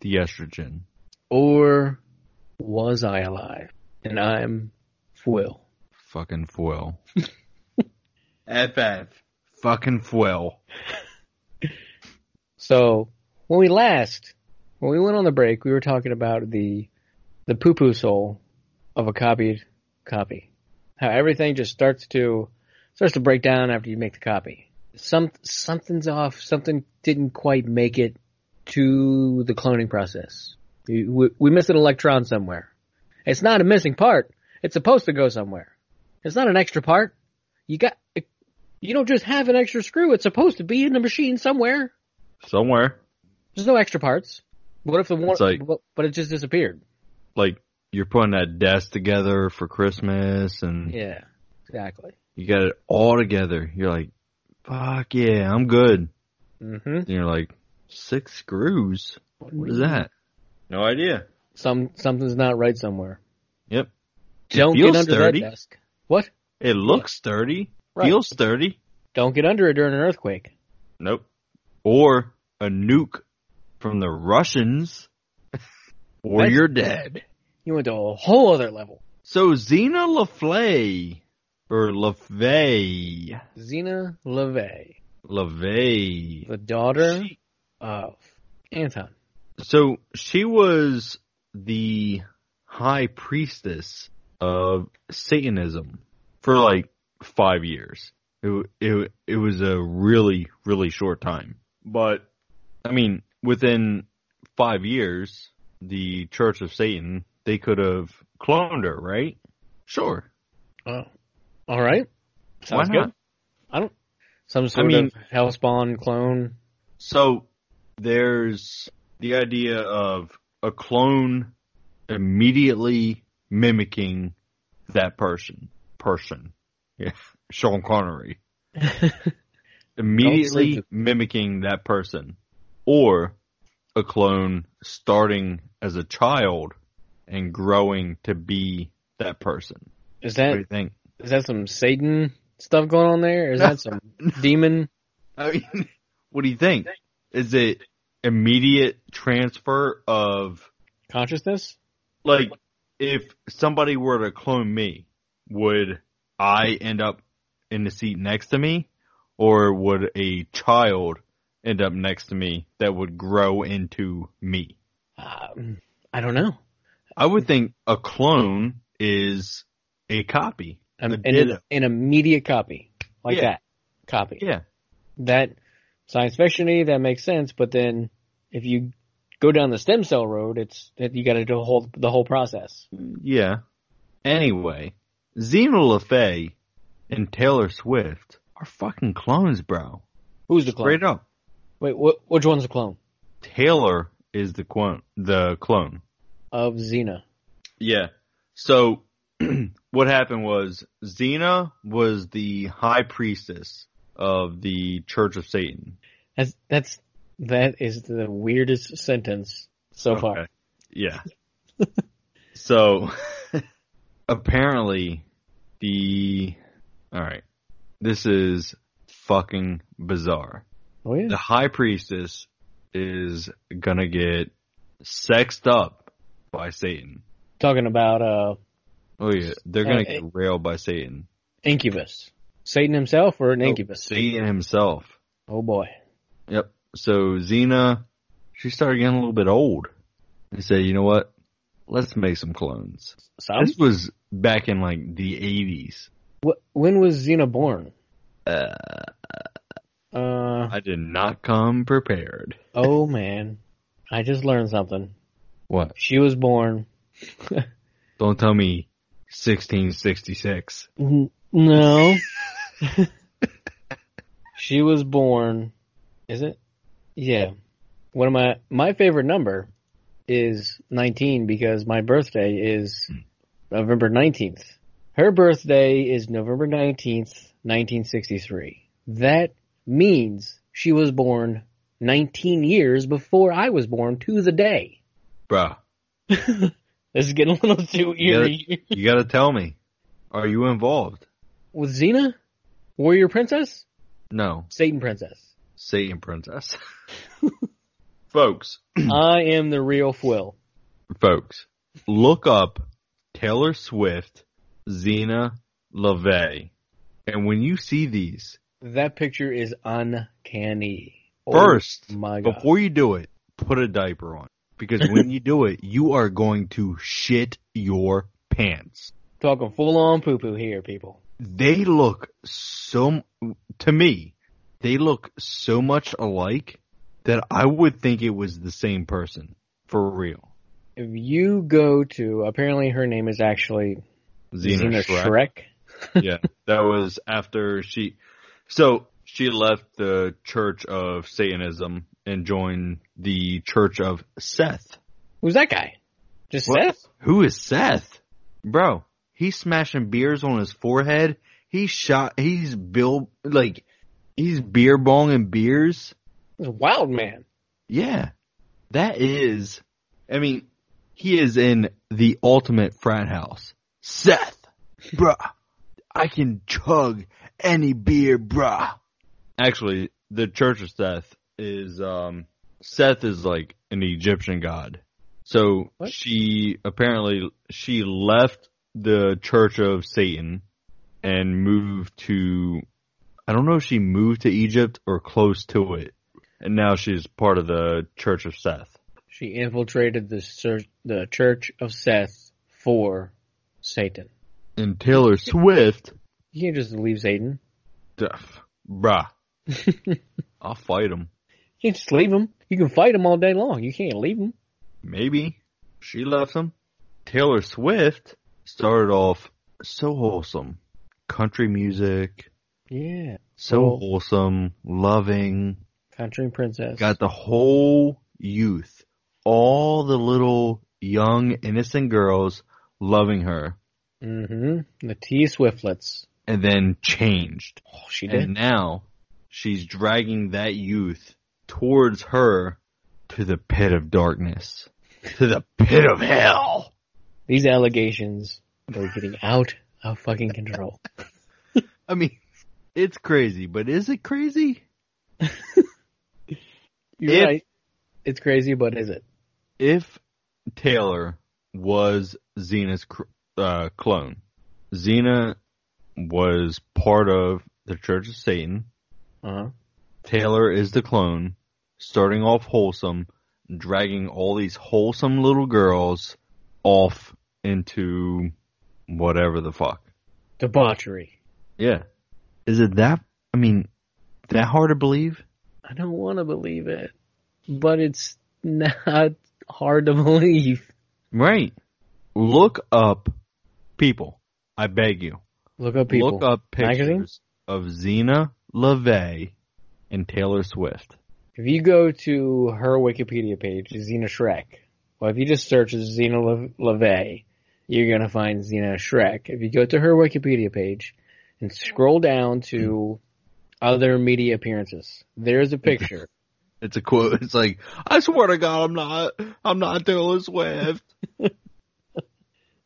Speaker 3: the estrogen.
Speaker 2: or was I alive? And I'm Fwill.
Speaker 3: Fucking [LAUGHS] foil.
Speaker 4: At five.
Speaker 3: Fucking foil.
Speaker 2: So when we last, when we went on the break, we were talking about the the poo poo soul of a copied copy. How everything just starts to starts to break down after you make the copy. Some something's off. Something didn't quite make it to the cloning process. You- We, we missed an electron somewhere. It's not a missing part. It's supposed to go somewhere. It's not an extra part. You got. You don't just have an extra screw. It's supposed to be in the machine somewhere.
Speaker 3: Somewhere.
Speaker 2: There's no extra parts. What if the one?
Speaker 3: It's like-
Speaker 2: but, but it just disappeared.
Speaker 3: Like you're putting that desk together for Christmas and
Speaker 2: Yeah, exactly.
Speaker 3: you got it all together. You're like, fuck yeah, I'm good.
Speaker 2: hmm
Speaker 3: And you're like, six screws? What is that? No idea.
Speaker 2: Some something's not right somewhere.
Speaker 3: Yep. It
Speaker 2: Don't get
Speaker 3: feels
Speaker 2: under
Speaker 3: sturdy.
Speaker 2: that desk. What?
Speaker 3: It looks sturdy.
Speaker 2: Right.
Speaker 3: Feels sturdy.
Speaker 2: Don't get under it during an earthquake.
Speaker 3: Nope. Or a nuke from the
Speaker 2: [LAUGHS]
Speaker 3: Russians. or
Speaker 2: That's-
Speaker 3: you're dead.
Speaker 2: You went to a whole other level.
Speaker 3: So Zena LaFlay or LaFay.
Speaker 2: Xena LeVay,
Speaker 3: LaVey.
Speaker 2: the daughter
Speaker 3: She-
Speaker 2: of Anton.
Speaker 3: so she was the high priestess of Satanism for like five years. It wa- it wa- it was a really really short time, but I mean within five years, the Church of Satan they could have cloned her, right? Sure,
Speaker 2: Oh, all right. Sounds
Speaker 3: why not?
Speaker 2: good. I don't. Some sort
Speaker 3: mean-
Speaker 2: of hellspawn clone.
Speaker 3: So there's the idea of a clone immediately mimicking that person. Person. Yeah. [LAUGHS] Sean
Speaker 2: [LAUGHS]
Speaker 3: Connery.
Speaker 2: Don't
Speaker 3: Immediately
Speaker 2: say
Speaker 3: mimicking that person. Or a clone starting as a child and growing to be that person.
Speaker 2: Is
Speaker 3: What
Speaker 2: that
Speaker 3: do you think? [LAUGHS]
Speaker 2: is that some Satan stuff going on there? Is that some demon?
Speaker 3: I mean, what do you think? Is it immediate transfer of
Speaker 2: consciousness?
Speaker 3: like if somebody were to clone me, would I end up in the seat next to me, or would a child end up next to me that would grow into me?
Speaker 2: Um, I don't know.
Speaker 3: I would think a clone is a copy,
Speaker 2: An,
Speaker 3: a
Speaker 2: an,
Speaker 3: ditto.
Speaker 2: an immediate copy like
Speaker 3: Yeah.
Speaker 2: that. Copy
Speaker 3: Yeah,
Speaker 2: that science fictiony that makes sense. But then if you go down the stem cell road, it's that you got to do a whole the whole process.
Speaker 3: yeah. Anyway, Zena LaFay and Taylor Swift are fucking clones, bro.
Speaker 2: Who's the clone?
Speaker 3: Straight up,
Speaker 2: Wait, what? Which one's the clone
Speaker 3: Taylor is the clone. The clone.
Speaker 2: of Xena?
Speaker 3: Yeah. So [CLEARS THROAT] what happened was Xena was the high priestess of the Church of Satan.
Speaker 2: That's that's that is the weirdest sentence so far.
Speaker 3: Okay. Yeah. [LAUGHS] so [LAUGHS] apparently the all right. This is fucking bizarre.
Speaker 2: Oh yeah.
Speaker 3: The high priestess is going to get sexed up by Satan.
Speaker 2: Talking about uh
Speaker 3: Oh yeah, they're going to
Speaker 2: Uh,
Speaker 3: get railed by Satan.
Speaker 2: incubus, Satan himself or an
Speaker 3: Oh,
Speaker 2: incubus?
Speaker 3: Satan himself.
Speaker 2: Oh boy.
Speaker 3: Yep. So Xena, she started getting a little bit old. They said, you know what? Let's make some clones.
Speaker 2: Some?
Speaker 3: This was back in like the 80s.
Speaker 2: Wh- when was Xena born?
Speaker 3: Uh,
Speaker 2: Uh,
Speaker 3: I did not come prepared.
Speaker 2: oh man, I just learned something.
Speaker 3: What?
Speaker 2: She was born.
Speaker 3: Don't tell me 1666.
Speaker 2: N- no, she was born. Is it? Yeah. One of my my favorite number is nineteen because my birthday is November nineteenth. Her birthday is November nineteenth, nineteen sixty three. That means she was born nineteen years before I was born to the day.
Speaker 3: Bruh,
Speaker 2: This is getting a little too
Speaker 3: You gotta-
Speaker 2: eerie.
Speaker 3: you gotta tell me. Are you involved?
Speaker 2: With Xena? Warrior Princess?
Speaker 3: No.
Speaker 2: Satan Princess.
Speaker 3: Satan princess. Folks, Hmm.
Speaker 2: I am the real Fwill.
Speaker 3: folks, look up Taylor Swift, Xena LaVey. And when you see these,
Speaker 2: That picture is uncanny. Oh
Speaker 3: first,
Speaker 2: my God.
Speaker 3: before you do it, put a diaper on. Because when you do it, you are going to shit your pants.
Speaker 2: Talking full on poo poo here, people.
Speaker 3: They look so, m- to me, they look so much alike that I would think it was the same person. For real.
Speaker 2: If you go to, apparently her name is actually
Speaker 3: Xena,
Speaker 2: Xena
Speaker 3: Shrek.
Speaker 2: Shrek.
Speaker 3: yeah, that was after she. So she left the Church of Satanism and joined the Church of Seth.
Speaker 2: Who's that guy? Just
Speaker 3: What?
Speaker 2: Seth?
Speaker 3: Who is Seth, bro? He's smashing beers on his forehead. He's shot. He's Bill. Like he's beer bonging beers.
Speaker 2: He's a wild man.
Speaker 3: Yeah, that is. I mean, he is in the ultimate frat house. Seth, bruh, I can chug any beer, bruh. Actually, the Church of Seth is um, Seth is like an Egyptian god. So
Speaker 2: What?
Speaker 3: she apparently she left the Church of Satan and moved to I don't know if she moved to Egypt or close to it. And now she's part of the Church of Seth.
Speaker 2: She infiltrated the, sur- the church of Seth for Satan.
Speaker 3: And Taylor Swift,
Speaker 2: You can't just leave Satan.
Speaker 3: duff, [LAUGHS] bruh,
Speaker 2: you
Speaker 3: I'll fight him.
Speaker 2: can't just leave him. You can fight him all day long. You can't leave him.
Speaker 3: Maybe she left him. Taylor Swift started off so wholesome, country music,
Speaker 2: Yeah.
Speaker 3: so
Speaker 2: Oh.
Speaker 3: wholesome, loving.
Speaker 2: Country princess.
Speaker 3: Got the whole youth, all the little young innocent girls loving her,
Speaker 2: hmm The T Swiftlets.
Speaker 3: and then changed.
Speaker 2: Oh, she did.
Speaker 3: And now she's dragging that youth towards her to the pit of darkness, to the pit of hell.
Speaker 2: These allegations are getting out of fucking control.
Speaker 3: I mean, it's crazy, but is it crazy?
Speaker 2: [LAUGHS] You're
Speaker 3: If-
Speaker 2: right. It's crazy, but is it?
Speaker 3: If Taylor was Xena's cr- uh, clone, Xena was part of the Church of Satan.
Speaker 2: Uh-huh.
Speaker 3: Taylor is the clone, starting off wholesome, dragging all these wholesome little girls off into whatever the fuck.
Speaker 2: Debauchery.
Speaker 3: Yeah. Is it that, I mean, that hard to believe?
Speaker 2: I don't want to believe it, but it's not hard to [LAUGHS] believe.
Speaker 3: Right. Look up people. I beg you.
Speaker 2: Look up people.
Speaker 3: Look up pictures
Speaker 2: Magazine?
Speaker 3: of Xena LaVey and Taylor Swift.
Speaker 2: If you go to her Wikipedia page, Xena Shrek, well, if you just search Xena Le- LeVay, you're going to find Xena Shrek. If you go to her Wikipedia page and scroll down to other media appearances, there's a picture.
Speaker 3: It's a quote. It's like, I swear to God, I'm not, I'm not Taylor Swift.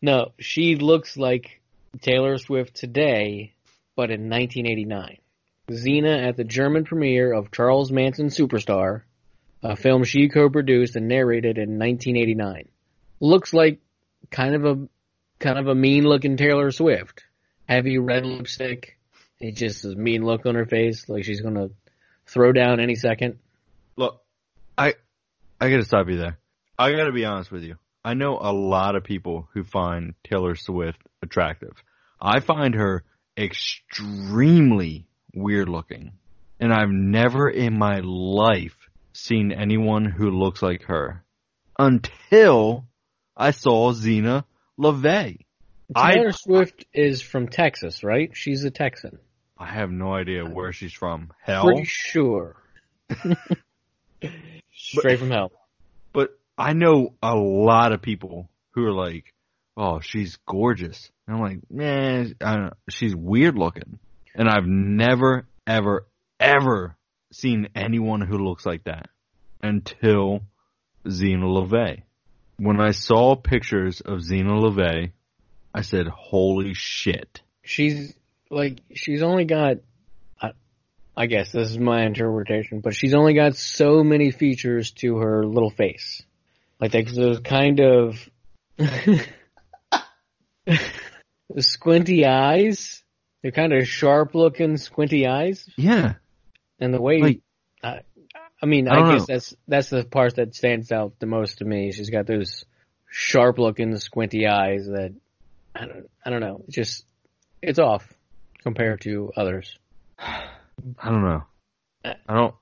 Speaker 2: No, she looks like Taylor Swift today, but in 1989. Xena at the German premiere of Charles Manson Superstar, a film she co-produced and narrated in 1989. Looks like kind of a kind of a mean-looking Taylor Swift. Heavy red lipstick. It just a mean look on her face, like she's gonna throw down any second.
Speaker 3: Look, I I gotta stop you there. I gotta be honest with you. I know a lot of people who find Taylor Swift attractive. I find her extremely weird looking. And I've never in my life seen anyone who looks like her until I saw Xena LaVey. I-
Speaker 2: Taylor Swift is from Texas, right? She's a Texan.
Speaker 3: I have no idea where she's from. Hell.
Speaker 2: Pretty sure. [LAUGHS] Straight from hell.
Speaker 3: But I know a lot of people who are like, "Oh, she's gorgeous," and I'm like, "Man, I don't know. she's weird looking," and I've never, ever, ever seen anyone who looks like that until Xena LaVey. When I saw pictures of Xena LaVey, I said, "Holy shit!"
Speaker 2: She's like she's only got I, I guess this is my interpretation, but she's only got so many features to her little face. Like there's those kind of [LAUGHS] squinty eyes. They're kind of sharp looking, squinty eyes,
Speaker 3: Yeah.
Speaker 2: and the way
Speaker 3: Like-
Speaker 2: I, I mean,
Speaker 3: I
Speaker 2: I,
Speaker 3: don't
Speaker 2: guess
Speaker 3: know.
Speaker 2: that's that's the part that stands out the most to me. She's got those sharp looking, squinty eyes that I don't, I don't know. It's just it's off compared to others.
Speaker 3: I don't know. I don't.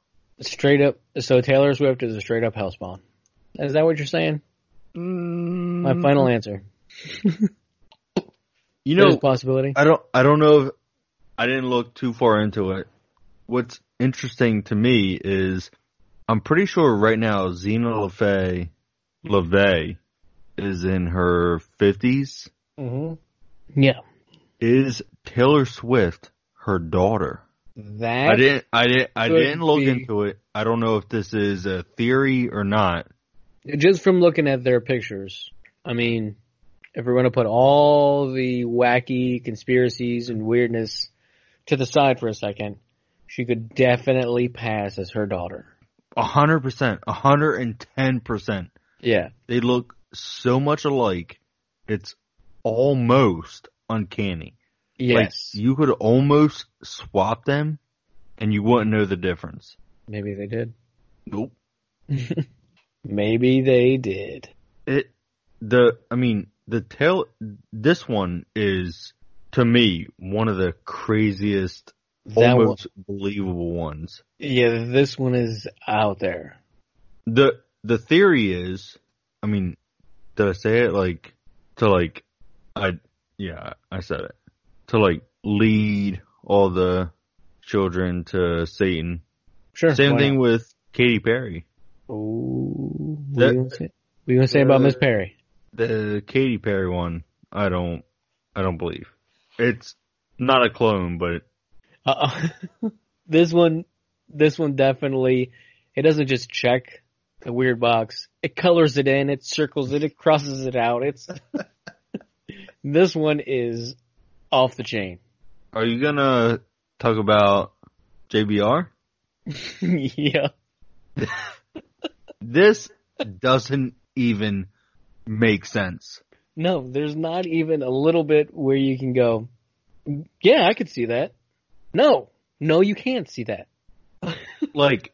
Speaker 2: Straight up, so Taylor Swift is a straight up housebound. Is that what you're saying? My final answer.
Speaker 3: You
Speaker 2: There's
Speaker 3: know,
Speaker 2: a possibility.
Speaker 3: I don't. I don't know. if I didn't look too far into it. What's interesting to me is I'm pretty sure right now Zena LaFay LaVey is in her 50s.
Speaker 2: hmm Yeah,
Speaker 3: Is Taylor Swift her daughter?
Speaker 2: that
Speaker 3: I didn't. I didn't. I
Speaker 2: could
Speaker 3: didn't look
Speaker 2: be.
Speaker 3: into it. I don't know if this is a theory or not.
Speaker 2: just from looking at their pictures, I mean, if we're going to put all the wacky conspiracies and weirdness to the side for a second, she could definitely pass as her daughter.
Speaker 3: A hundred percent. A hundred and ten percent.
Speaker 2: Yeah.
Speaker 3: They look so much alike. It's almost uncanny.
Speaker 2: Yes.
Speaker 3: Like you could almost swap them and you wouldn't know the difference.
Speaker 2: Maybe they did.
Speaker 3: Nope.
Speaker 2: Maybe they did.
Speaker 3: It the I mean the tail this one is to me one of the craziest
Speaker 2: That one-
Speaker 3: almost believable ones.
Speaker 2: Yeah, this one is out there.
Speaker 3: The the theory is I mean did I say it like to like I yeah, I said it. To like lead all the children to Satan.
Speaker 2: Sure.
Speaker 3: Same
Speaker 2: why
Speaker 3: thing
Speaker 2: not?
Speaker 3: with Katy Perry.
Speaker 2: Ooh, what
Speaker 3: That-
Speaker 2: you gonna say? What you gonna say about Miss Perry?
Speaker 3: the Katy Perry one, I don't, I don't believe it's not a clone, but
Speaker 2: Uh, [LAUGHS] this one, this one definitely, it doesn't just check the weird box. It colors it in, it circles it, it crosses it out. It's [LAUGHS] this one is off the chain. [LAUGHS]
Speaker 3: are you gonna talk about JBR?
Speaker 2: yeah,
Speaker 3: This doesn't even make sense.
Speaker 2: no, there's not even a little bit where you can go. Yeah, I could see that. No, no, you can't see that.
Speaker 3: Like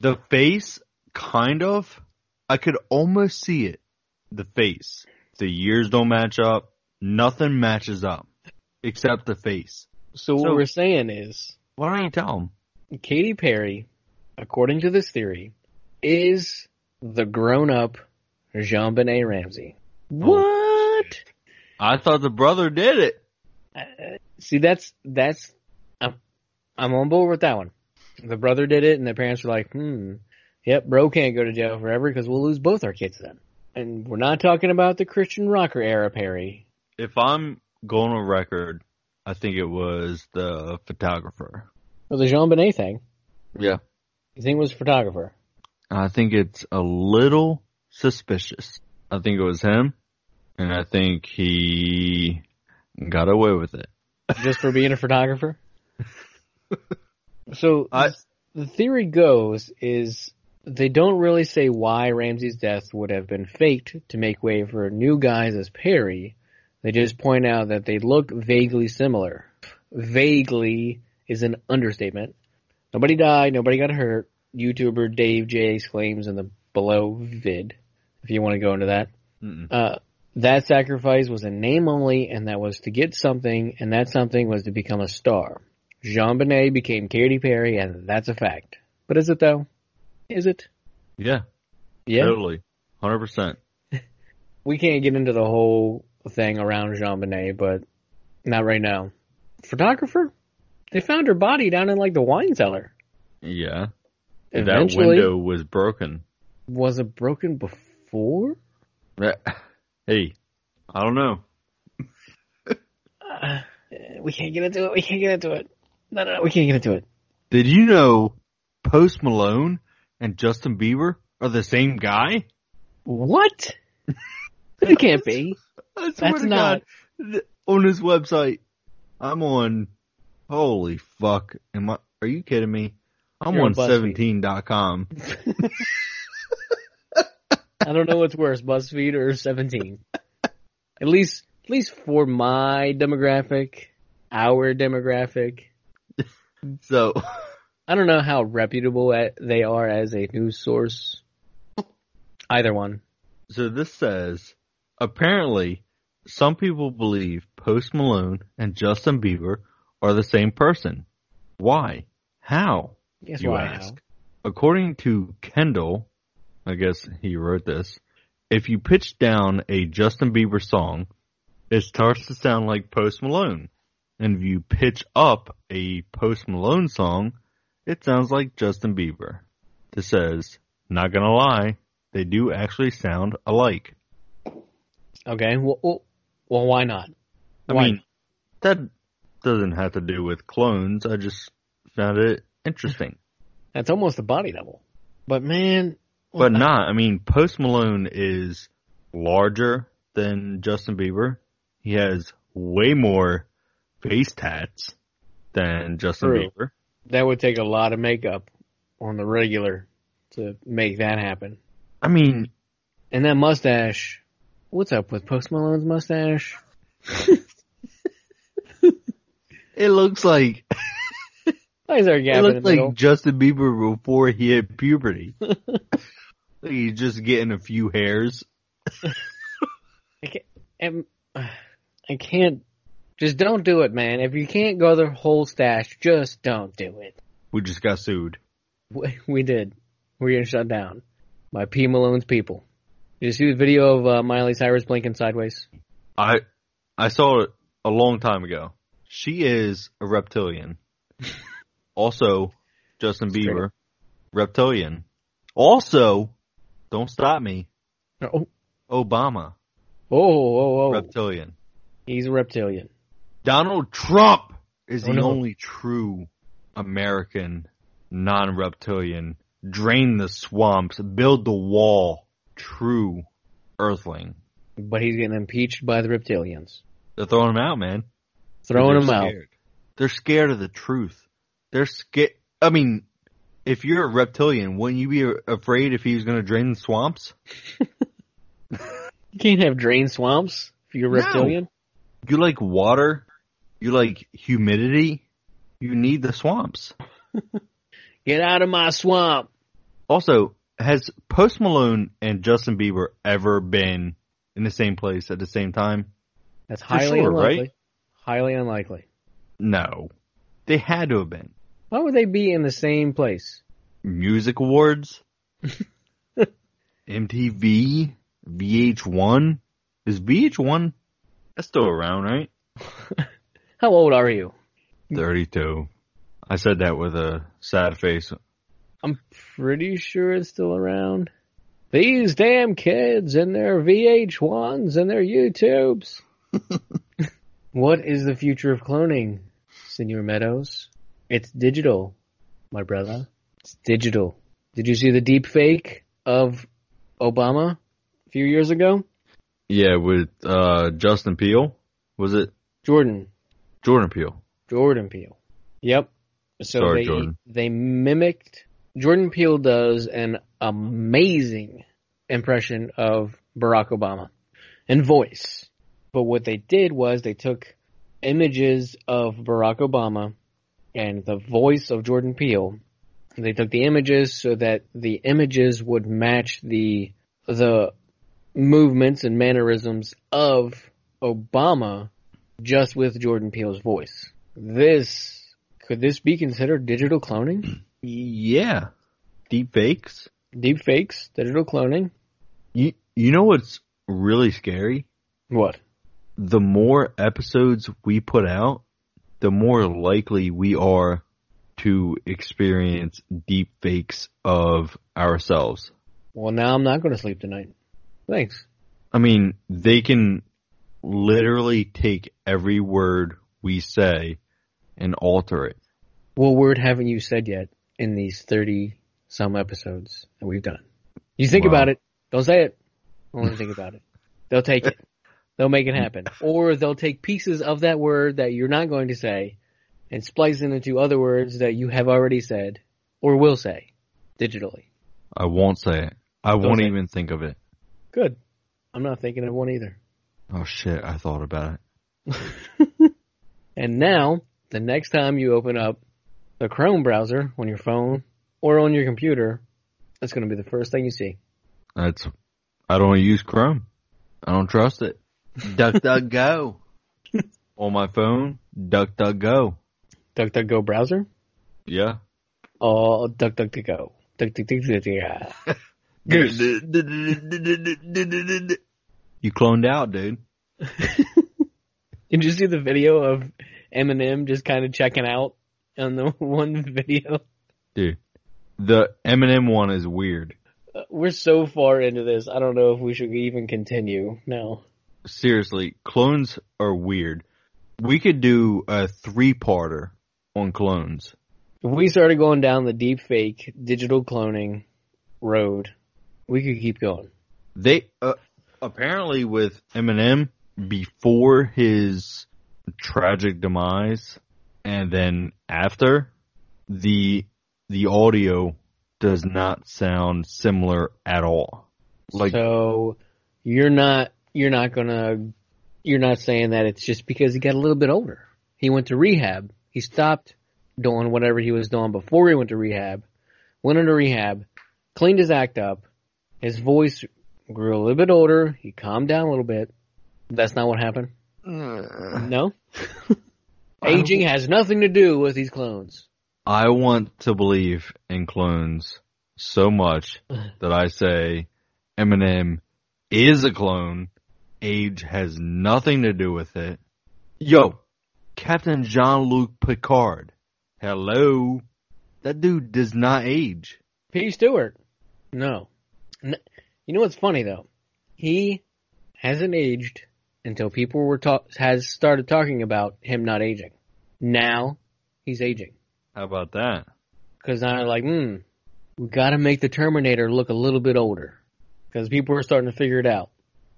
Speaker 3: the face, kind of, I could almost see it. The face, the years don't match up. Nothing matches up except the face.
Speaker 2: So what
Speaker 3: So-
Speaker 2: we're saying is,
Speaker 3: Why don't you tell him?
Speaker 2: Katy Perry, according to this theory, is the grown up Jean Benet Ramsey. What?
Speaker 3: I thought the brother did it.
Speaker 2: See, that's, that's, I'm, I'm on board with that one. The brother did it and the parents were like, hmm, yep, bro can't go to jail forever because we'll lose both our kids then. And we're not talking about the Christian rocker era Perry.
Speaker 3: if I'm going on record, I think it was the photographer.
Speaker 2: Or the Jean Benet thing.
Speaker 3: Yeah.
Speaker 2: You think it was photographer.
Speaker 3: I think it's a little suspicious. I think it was him, and I think he got away with it.
Speaker 2: just for being a photographer. So
Speaker 3: [LAUGHS] I-
Speaker 2: the theory goes is they don't really say why Ramsey's death would have been faked to make way for new guys as Perry. They just point out that they look vaguely similar. Vaguely is an understatement. Nobody died, nobody got hurt. YouTuber Dave J exclaims in the below vid, if you want to go into that
Speaker 3: Mm-mm.
Speaker 2: uh, that sacrifice was a name only, and that was to get something, and that something was to become a star. Jean Bonnet became Katy Perry, and that's a fact. But is it though? Is it?
Speaker 3: Yeah,
Speaker 2: Yeah.
Speaker 3: totally, hundred percent.
Speaker 2: We can't get into the whole thing around Jean Bonnet, but not right now. Photographer? They found her body down in like the wine cellar.
Speaker 3: Yeah, that
Speaker 2: Eventually,
Speaker 3: window was broken.
Speaker 2: was it broken before?
Speaker 3: That- Hey, I don't know.
Speaker 2: Uh, We can't get into it. We can't get into it. No, no, no we can't get into it.
Speaker 3: Did you know Post Malone and Justin Bieber are the same guy?
Speaker 2: What? [LAUGHS] it can't be.
Speaker 3: I swear
Speaker 2: That's
Speaker 3: to
Speaker 2: not-
Speaker 3: God, th- on his website. I'm on. Holy fuck! Am I? Are you kidding me? I'm
Speaker 2: You're
Speaker 3: on
Speaker 2: on BuzzFeed. [LAUGHS]
Speaker 3: 17.com.
Speaker 2: I don't know what's worse, BuzzFeed or 17. At least, at least for my demographic, our demographic.
Speaker 3: So
Speaker 2: I don't know how reputable a- they are as a news source. Either one.
Speaker 3: So this says apparently some people believe Post Malone and Justin Bieber are the same person. Why? How?
Speaker 2: Guess
Speaker 3: you
Speaker 2: why?
Speaker 3: ask. According to Kendall, I guess he wrote this, if you pitch down a Justin Bieber song, it starts to sound like Post Malone. And if you pitch up a Post Malone song, it sounds like Justin Bieber. This says, not gonna lie, they do actually sound alike.
Speaker 2: Okay. Well, well, well, why not?
Speaker 3: I
Speaker 2: Why?
Speaker 3: mean, that doesn't have to do with clones. I just found it interesting.
Speaker 2: That's almost a body double. But man,
Speaker 3: But not. I mean, Post Malone is larger than Justin Bieber. He has way more face tats than Justin
Speaker 2: True.
Speaker 3: Bieber.
Speaker 2: that would take a lot of makeup on the regular to make that happen.
Speaker 3: I mean,
Speaker 2: And that mustache. What's up with Post Malone's mustache?
Speaker 3: it looks like
Speaker 2: Why is there a gap
Speaker 3: it
Speaker 2: in the
Speaker 3: looks like
Speaker 2: middle?
Speaker 3: Justin Bieber before he hit
Speaker 2: [LAUGHS]
Speaker 3: puberty. Like He's just getting a few hairs.
Speaker 2: I can't, I'm- I can't. Just don't do it, man. If you can't go the whole stash, just don't do it.
Speaker 3: We just got sued.
Speaker 2: We- We did. We're getting shut down by P Malone's people. Did you see the video of uh, Miley Cyrus blinking sideways?
Speaker 3: I I saw it a long time ago. She is a
Speaker 2: [LAUGHS]
Speaker 3: reptilian. also, Justin
Speaker 2: Straight
Speaker 3: Bieber, reptilian. Also, don't stop me,
Speaker 2: Oh,
Speaker 3: Obama,
Speaker 2: oh, oh, oh.
Speaker 3: reptilian.
Speaker 2: He's a reptilian.
Speaker 3: Donald Trump is
Speaker 2: Oh,
Speaker 3: the
Speaker 2: no.
Speaker 3: only true American non-reptilian. Drain the swamps, build the wall, true earthling.
Speaker 2: But he's getting impeached by the reptilians.
Speaker 3: They're throwing him out, man.
Speaker 2: Throwing
Speaker 3: They're
Speaker 2: him out.
Speaker 3: scared. They're scared of the truth. They're scared. I mean, if you're a reptilian, wouldn't you be afraid if he was going to drain the swamps?
Speaker 2: You can't have drain swamps if you're a
Speaker 3: No.
Speaker 2: reptilian.
Speaker 3: You like water. You like humidity. You need the swamps.
Speaker 2: Get out of my swamp.
Speaker 3: Also, has Post Malone and Justin Bieber ever been in the same place at the same time?
Speaker 2: That's highly
Speaker 3: sure,
Speaker 2: unlikely.
Speaker 3: right?
Speaker 2: Highly unlikely.
Speaker 3: No. They had to have been.
Speaker 2: Why would they be in the same place?
Speaker 3: Music [LAUGHS] Awards, MTV, VH1. Is VH1? That's still around, right?
Speaker 2: How old are you?
Speaker 3: 32. I said that with a sad face.
Speaker 2: I'm pretty sure it's still around. These damn kids and their VH1s and their YouTubes. [LAUGHS] what is the future of cloning, Senor Meadows? It's digital, my brother. It's digital. Did you see the deep fake of Obama a few years ago?
Speaker 3: Yeah, with uh, Justin Peel. Was it
Speaker 2: Jordan.
Speaker 3: Jordan Peel?
Speaker 2: Jordan Peele. Yep. So
Speaker 3: Sorry,
Speaker 2: they
Speaker 3: Jordan.
Speaker 2: they mimicked Jordan Peele does an amazing impression of Barack Obama and voice. But what they did was they took images of Barack Obama and the voice of Jordan Peele. and They took the images so that the images would match the the movements and mannerisms of Obama just with Jordan Peele's voice. This could this be considered digital cloning?
Speaker 3: Yeah. Deep fakes.
Speaker 2: Deep fakes, digital cloning.
Speaker 3: You, you know what's really scary?
Speaker 2: What?
Speaker 3: The more episodes we put out, the more likely we are to experience deep fakes of ourselves.
Speaker 2: Well, now I'm not going to sleep tonight. Thanks.
Speaker 3: I mean, they can literally take every word we say and alter it.
Speaker 2: What word haven't you said yet in these 30 some episodes that we've done? You think
Speaker 3: Wow.
Speaker 2: about it. Don't say it. Only think about it. They'll take it. They'll make it happen. Or they'll take pieces of that word that you're not going to say and splice it into other words that you have already said or will say digitally.
Speaker 3: I won't say it. I won't
Speaker 2: say it.
Speaker 3: even think of it.
Speaker 2: Good. I'm not thinking of one either.
Speaker 3: Oh shit, I thought about it.
Speaker 2: And now, the next time you open up the Chrome browser on your phone or on your computer, that's going to be the first thing you see.
Speaker 3: That's I don't use Chrome. I don't trust
Speaker 2: [LAUGHS]
Speaker 3: it. DuckDuckGo. On my phone, DuckDuckGo.
Speaker 2: DuckDuckGo browser?
Speaker 3: Yeah.
Speaker 2: Oh, DuckDuckDuckGo. DuckDuckDuckDuck.
Speaker 3: you cloned out, dude.
Speaker 2: Did you see the video of Eminem just kind of checking out on the [LAUGHS] one video?
Speaker 3: Dude, the Eminem one is weird.
Speaker 2: Uh, We're so far into this, I don't know if we should even continue now.
Speaker 3: Seriously, clones are weird. We could do a three-parter on clones.
Speaker 2: If we started going down the deep fake digital cloning road, we could keep going.
Speaker 3: They uh, apparently with Eminem before his tragic demise, and then after the the audio does not sound similar at all. Like
Speaker 2: so you're not you're not gonna you're not saying that it's just because he got a little bit older. He went to rehab. He stopped doing whatever he was doing before he went to rehab. Went into rehab, cleaned his act up. His voice grew a little bit older. He calmed down a little bit. That's not what happened. No. Aging has nothing to do with these clones.
Speaker 3: I want to believe in clones so much that I say Eminem is a clone. Age has nothing to do with it. Yo, Captain Jean Luc Picard. Hello. That dude does not age.
Speaker 2: P. Stewart. No. N- you know what's funny though? He hasn't aged until people were ta- has started talking about him not aging. Now he's aging
Speaker 3: How about that?
Speaker 2: because now they're like, hmm, we got to make the Terminator look a little bit older because people are starting to figure it out.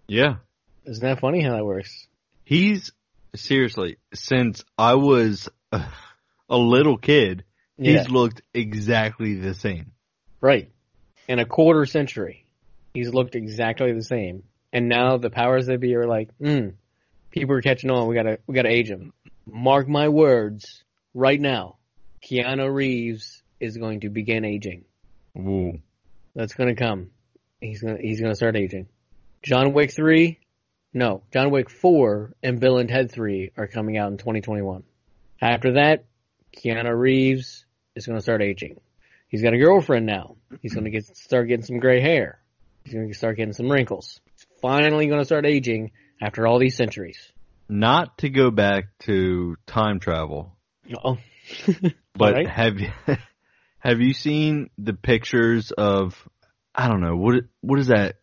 Speaker 3: Yeah.
Speaker 2: Isn't that funny how that works?
Speaker 3: He's seriously, since I was [LAUGHS] a, a little kid, he's looked exactly the same.
Speaker 2: Right. In a quarter century, he's looked exactly the same. And now the powers that be are like, hmm, people are catching on. We gotta, we gotta age him. Mark my words right now. Keanu Reeves is going to begin aging.
Speaker 3: Ooh.
Speaker 2: That's gonna come. He's gonna, he's gonna start aging. John Wick 3? No, John Wick 4 and Bill and Ted 3 are coming out in 2021. After that, Keanu Reeves is gonna start aging. He's got a girlfriend now. He's gonna get start getting some gray hair. He's gonna start getting some wrinkles. He's finally gonna start aging after all these centuries.
Speaker 3: not to go back to time travel,
Speaker 2: [LAUGHS] Oh,
Speaker 3: but
Speaker 2: Alright.
Speaker 3: have you [LAUGHS] have you seen the pictures of I don't know what what is that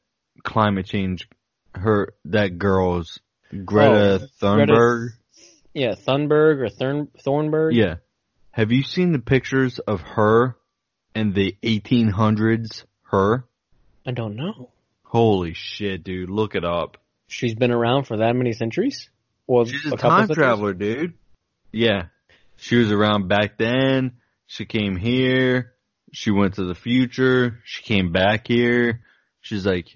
Speaker 3: climate change her that girl's Oh, Greta Thunberg?
Speaker 2: yeah, Thunberg or Thorn Thornberg.
Speaker 3: Yeah. Have you seen the pictures of her and the 1800s her?
Speaker 2: I don't know.
Speaker 3: Holy shit, dude, look it up.
Speaker 2: She's been around for that many centuries. Well,
Speaker 3: She's a,
Speaker 2: couple
Speaker 3: time
Speaker 2: centuries?
Speaker 3: traveler, dude. Yeah. She was around back then. She came here. She went to the future. She came back here. She's like,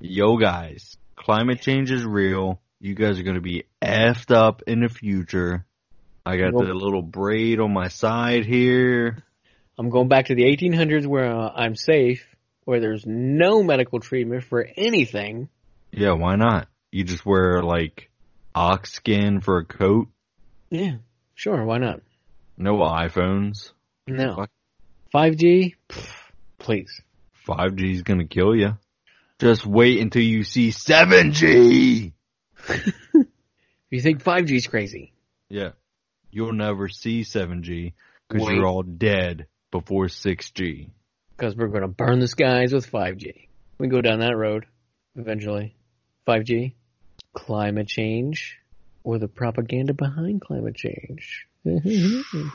Speaker 3: yo guys, climate change is real. You guys are going to be effed up in the future. I got
Speaker 2: Well-
Speaker 3: the little braid on my side here.
Speaker 2: I'm going back to the 1800s where uh, I'm safe, where there's no medical treatment for anything.
Speaker 3: Yeah, why not? You just wear like ox skin for a coat.
Speaker 2: Yeah, sure, why not?
Speaker 3: No iPhones.
Speaker 2: No,
Speaker 3: Fuck.
Speaker 2: 5G, Pff, please.
Speaker 3: 5G's gonna kill you. Just wait until you see 7G!
Speaker 2: You think 5G is crazy?
Speaker 3: Yeah. You'll never see 7G because
Speaker 2: Wait.
Speaker 3: you're all dead before 6G.
Speaker 2: Because we're going to burn the skies with 5G. We go down that road eventually. 5G, climate change, or the propaganda behind climate change. [LAUGHS] to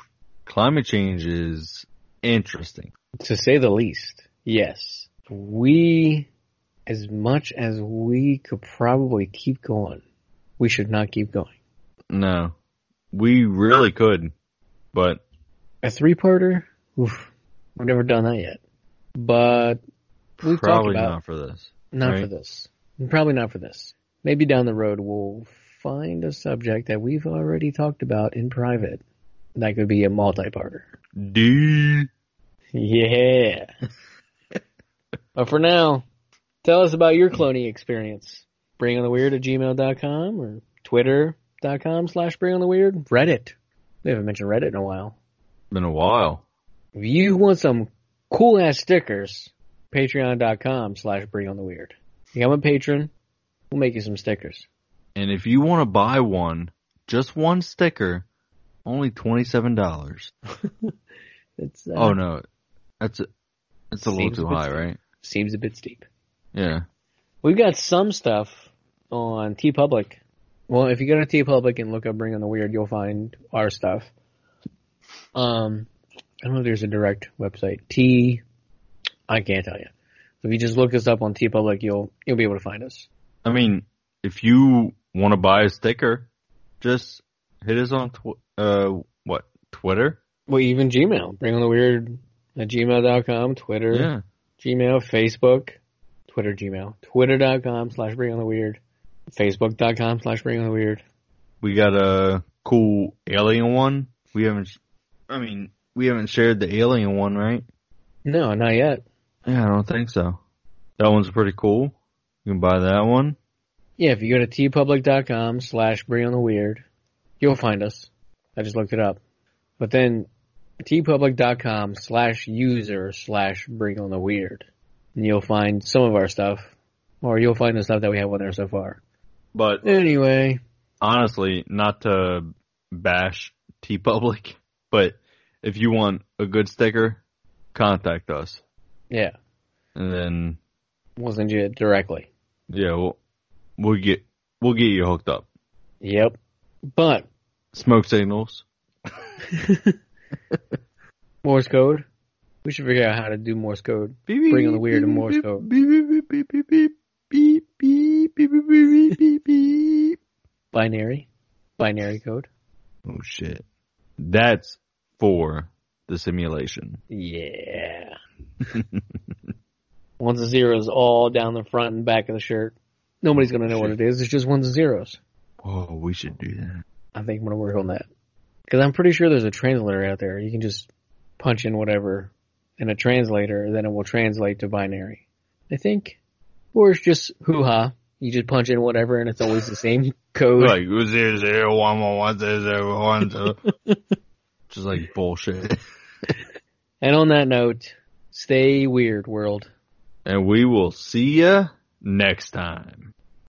Speaker 3: Climate change is interesting.
Speaker 2: say the least, yes. We, as much as we could probably keep going, we should not keep going.
Speaker 3: No. We really could, but
Speaker 2: A three-parter? Oof, we've never done that yet. But we've talked
Speaker 3: probably
Speaker 2: about
Speaker 3: not for this.
Speaker 2: Not for
Speaker 3: right?
Speaker 2: this. Probably not for this. Maybe down the road we'll find a subject that we've already talked about in private. That could be a multi-parter.
Speaker 3: D.
Speaker 2: Yeah. [LAUGHS] but for now, tell us about your cloning experience. Bring on the weird at gmail.com or twitter.com slash bring on the weird. Reddit. We haven't mentioned Reddit in a while.
Speaker 3: Been a while.
Speaker 2: If you want some cool ass stickers, patreon.com slash bring on the weird. Become a patron. We'll make you some stickers.
Speaker 3: And if you want to buy one, just one sticker, only twenty seven dollars.
Speaker 2: It's, uh,
Speaker 3: Oh no, that's a, that's a little
Speaker 2: Seems a
Speaker 3: too
Speaker 2: bit
Speaker 3: high,
Speaker 2: steep.
Speaker 3: right?
Speaker 2: Seems a bit steep.
Speaker 3: Yeah.
Speaker 2: We've got some stuff on T Public. Well, if you go to T Public and look up Bring on the Weird, you'll find our stuff. Um, I don't know if there's a direct website. T, I can't tell you. If you just look us up on T Public, you'll you'll be able to find us.
Speaker 3: I mean, if you want to buy a sticker, just hit us on tw- uh what Twitter?
Speaker 2: Well, even Gmail, Bring on the Weird at gmail.com, Twitter,
Speaker 3: Yeah.
Speaker 2: Gmail, Facebook, Twitter, Gmail, Twitter.com slash Bring on the Weird, Facebook.com slash Bring on the Weird.
Speaker 3: We got a cool alien one. We haven't. sh- I mean, we haven't shared the alien one, right?
Speaker 2: No, not yet.
Speaker 3: Yeah, I don't think so. That one's pretty cool. You can buy that one.
Speaker 2: Yeah, if you go to tpublic.com slash Bring on the Weird, you'll find us. I just looked it up. But then tpublic.com slash user slash Bring on the Weird. And you'll find some of our stuff. Or you'll find the stuff that we have on there so far.
Speaker 3: But
Speaker 2: Anyway,
Speaker 3: honestly, not to bash T Public, [LAUGHS] but if you want a good sticker, contact us.
Speaker 2: yeah,
Speaker 3: And then
Speaker 2: wasn't you directly.
Speaker 3: yeah, we'll, we'll get we'll get you hooked up.
Speaker 2: Yep. But
Speaker 3: Smoke signals.
Speaker 2: Morse code, we should figure out how to do Morse code. Bring on the weird and Morse code. Binary. Binary code.
Speaker 3: Oh shit. That's for the simulation.
Speaker 2: Yeah. [LAUGHS] ones and zeros all down the front and back of the shirt. Nobody's gonna know what it is. It's just ones and zeros.
Speaker 3: Oh, we should do that.
Speaker 2: I think I'm gonna work on that because I'm pretty sure there's a translator out there. You can just punch in whatever in a translator, then it will translate to binary. I think, or it's just hoo ha. You just punch in whatever, and it's always the same [LAUGHS] code.
Speaker 3: Like zero zero one one one zero zero one zero. [LAUGHS] Just like bullshit.
Speaker 2: And on that note, stay weird, world.
Speaker 3: And we will see ya next time.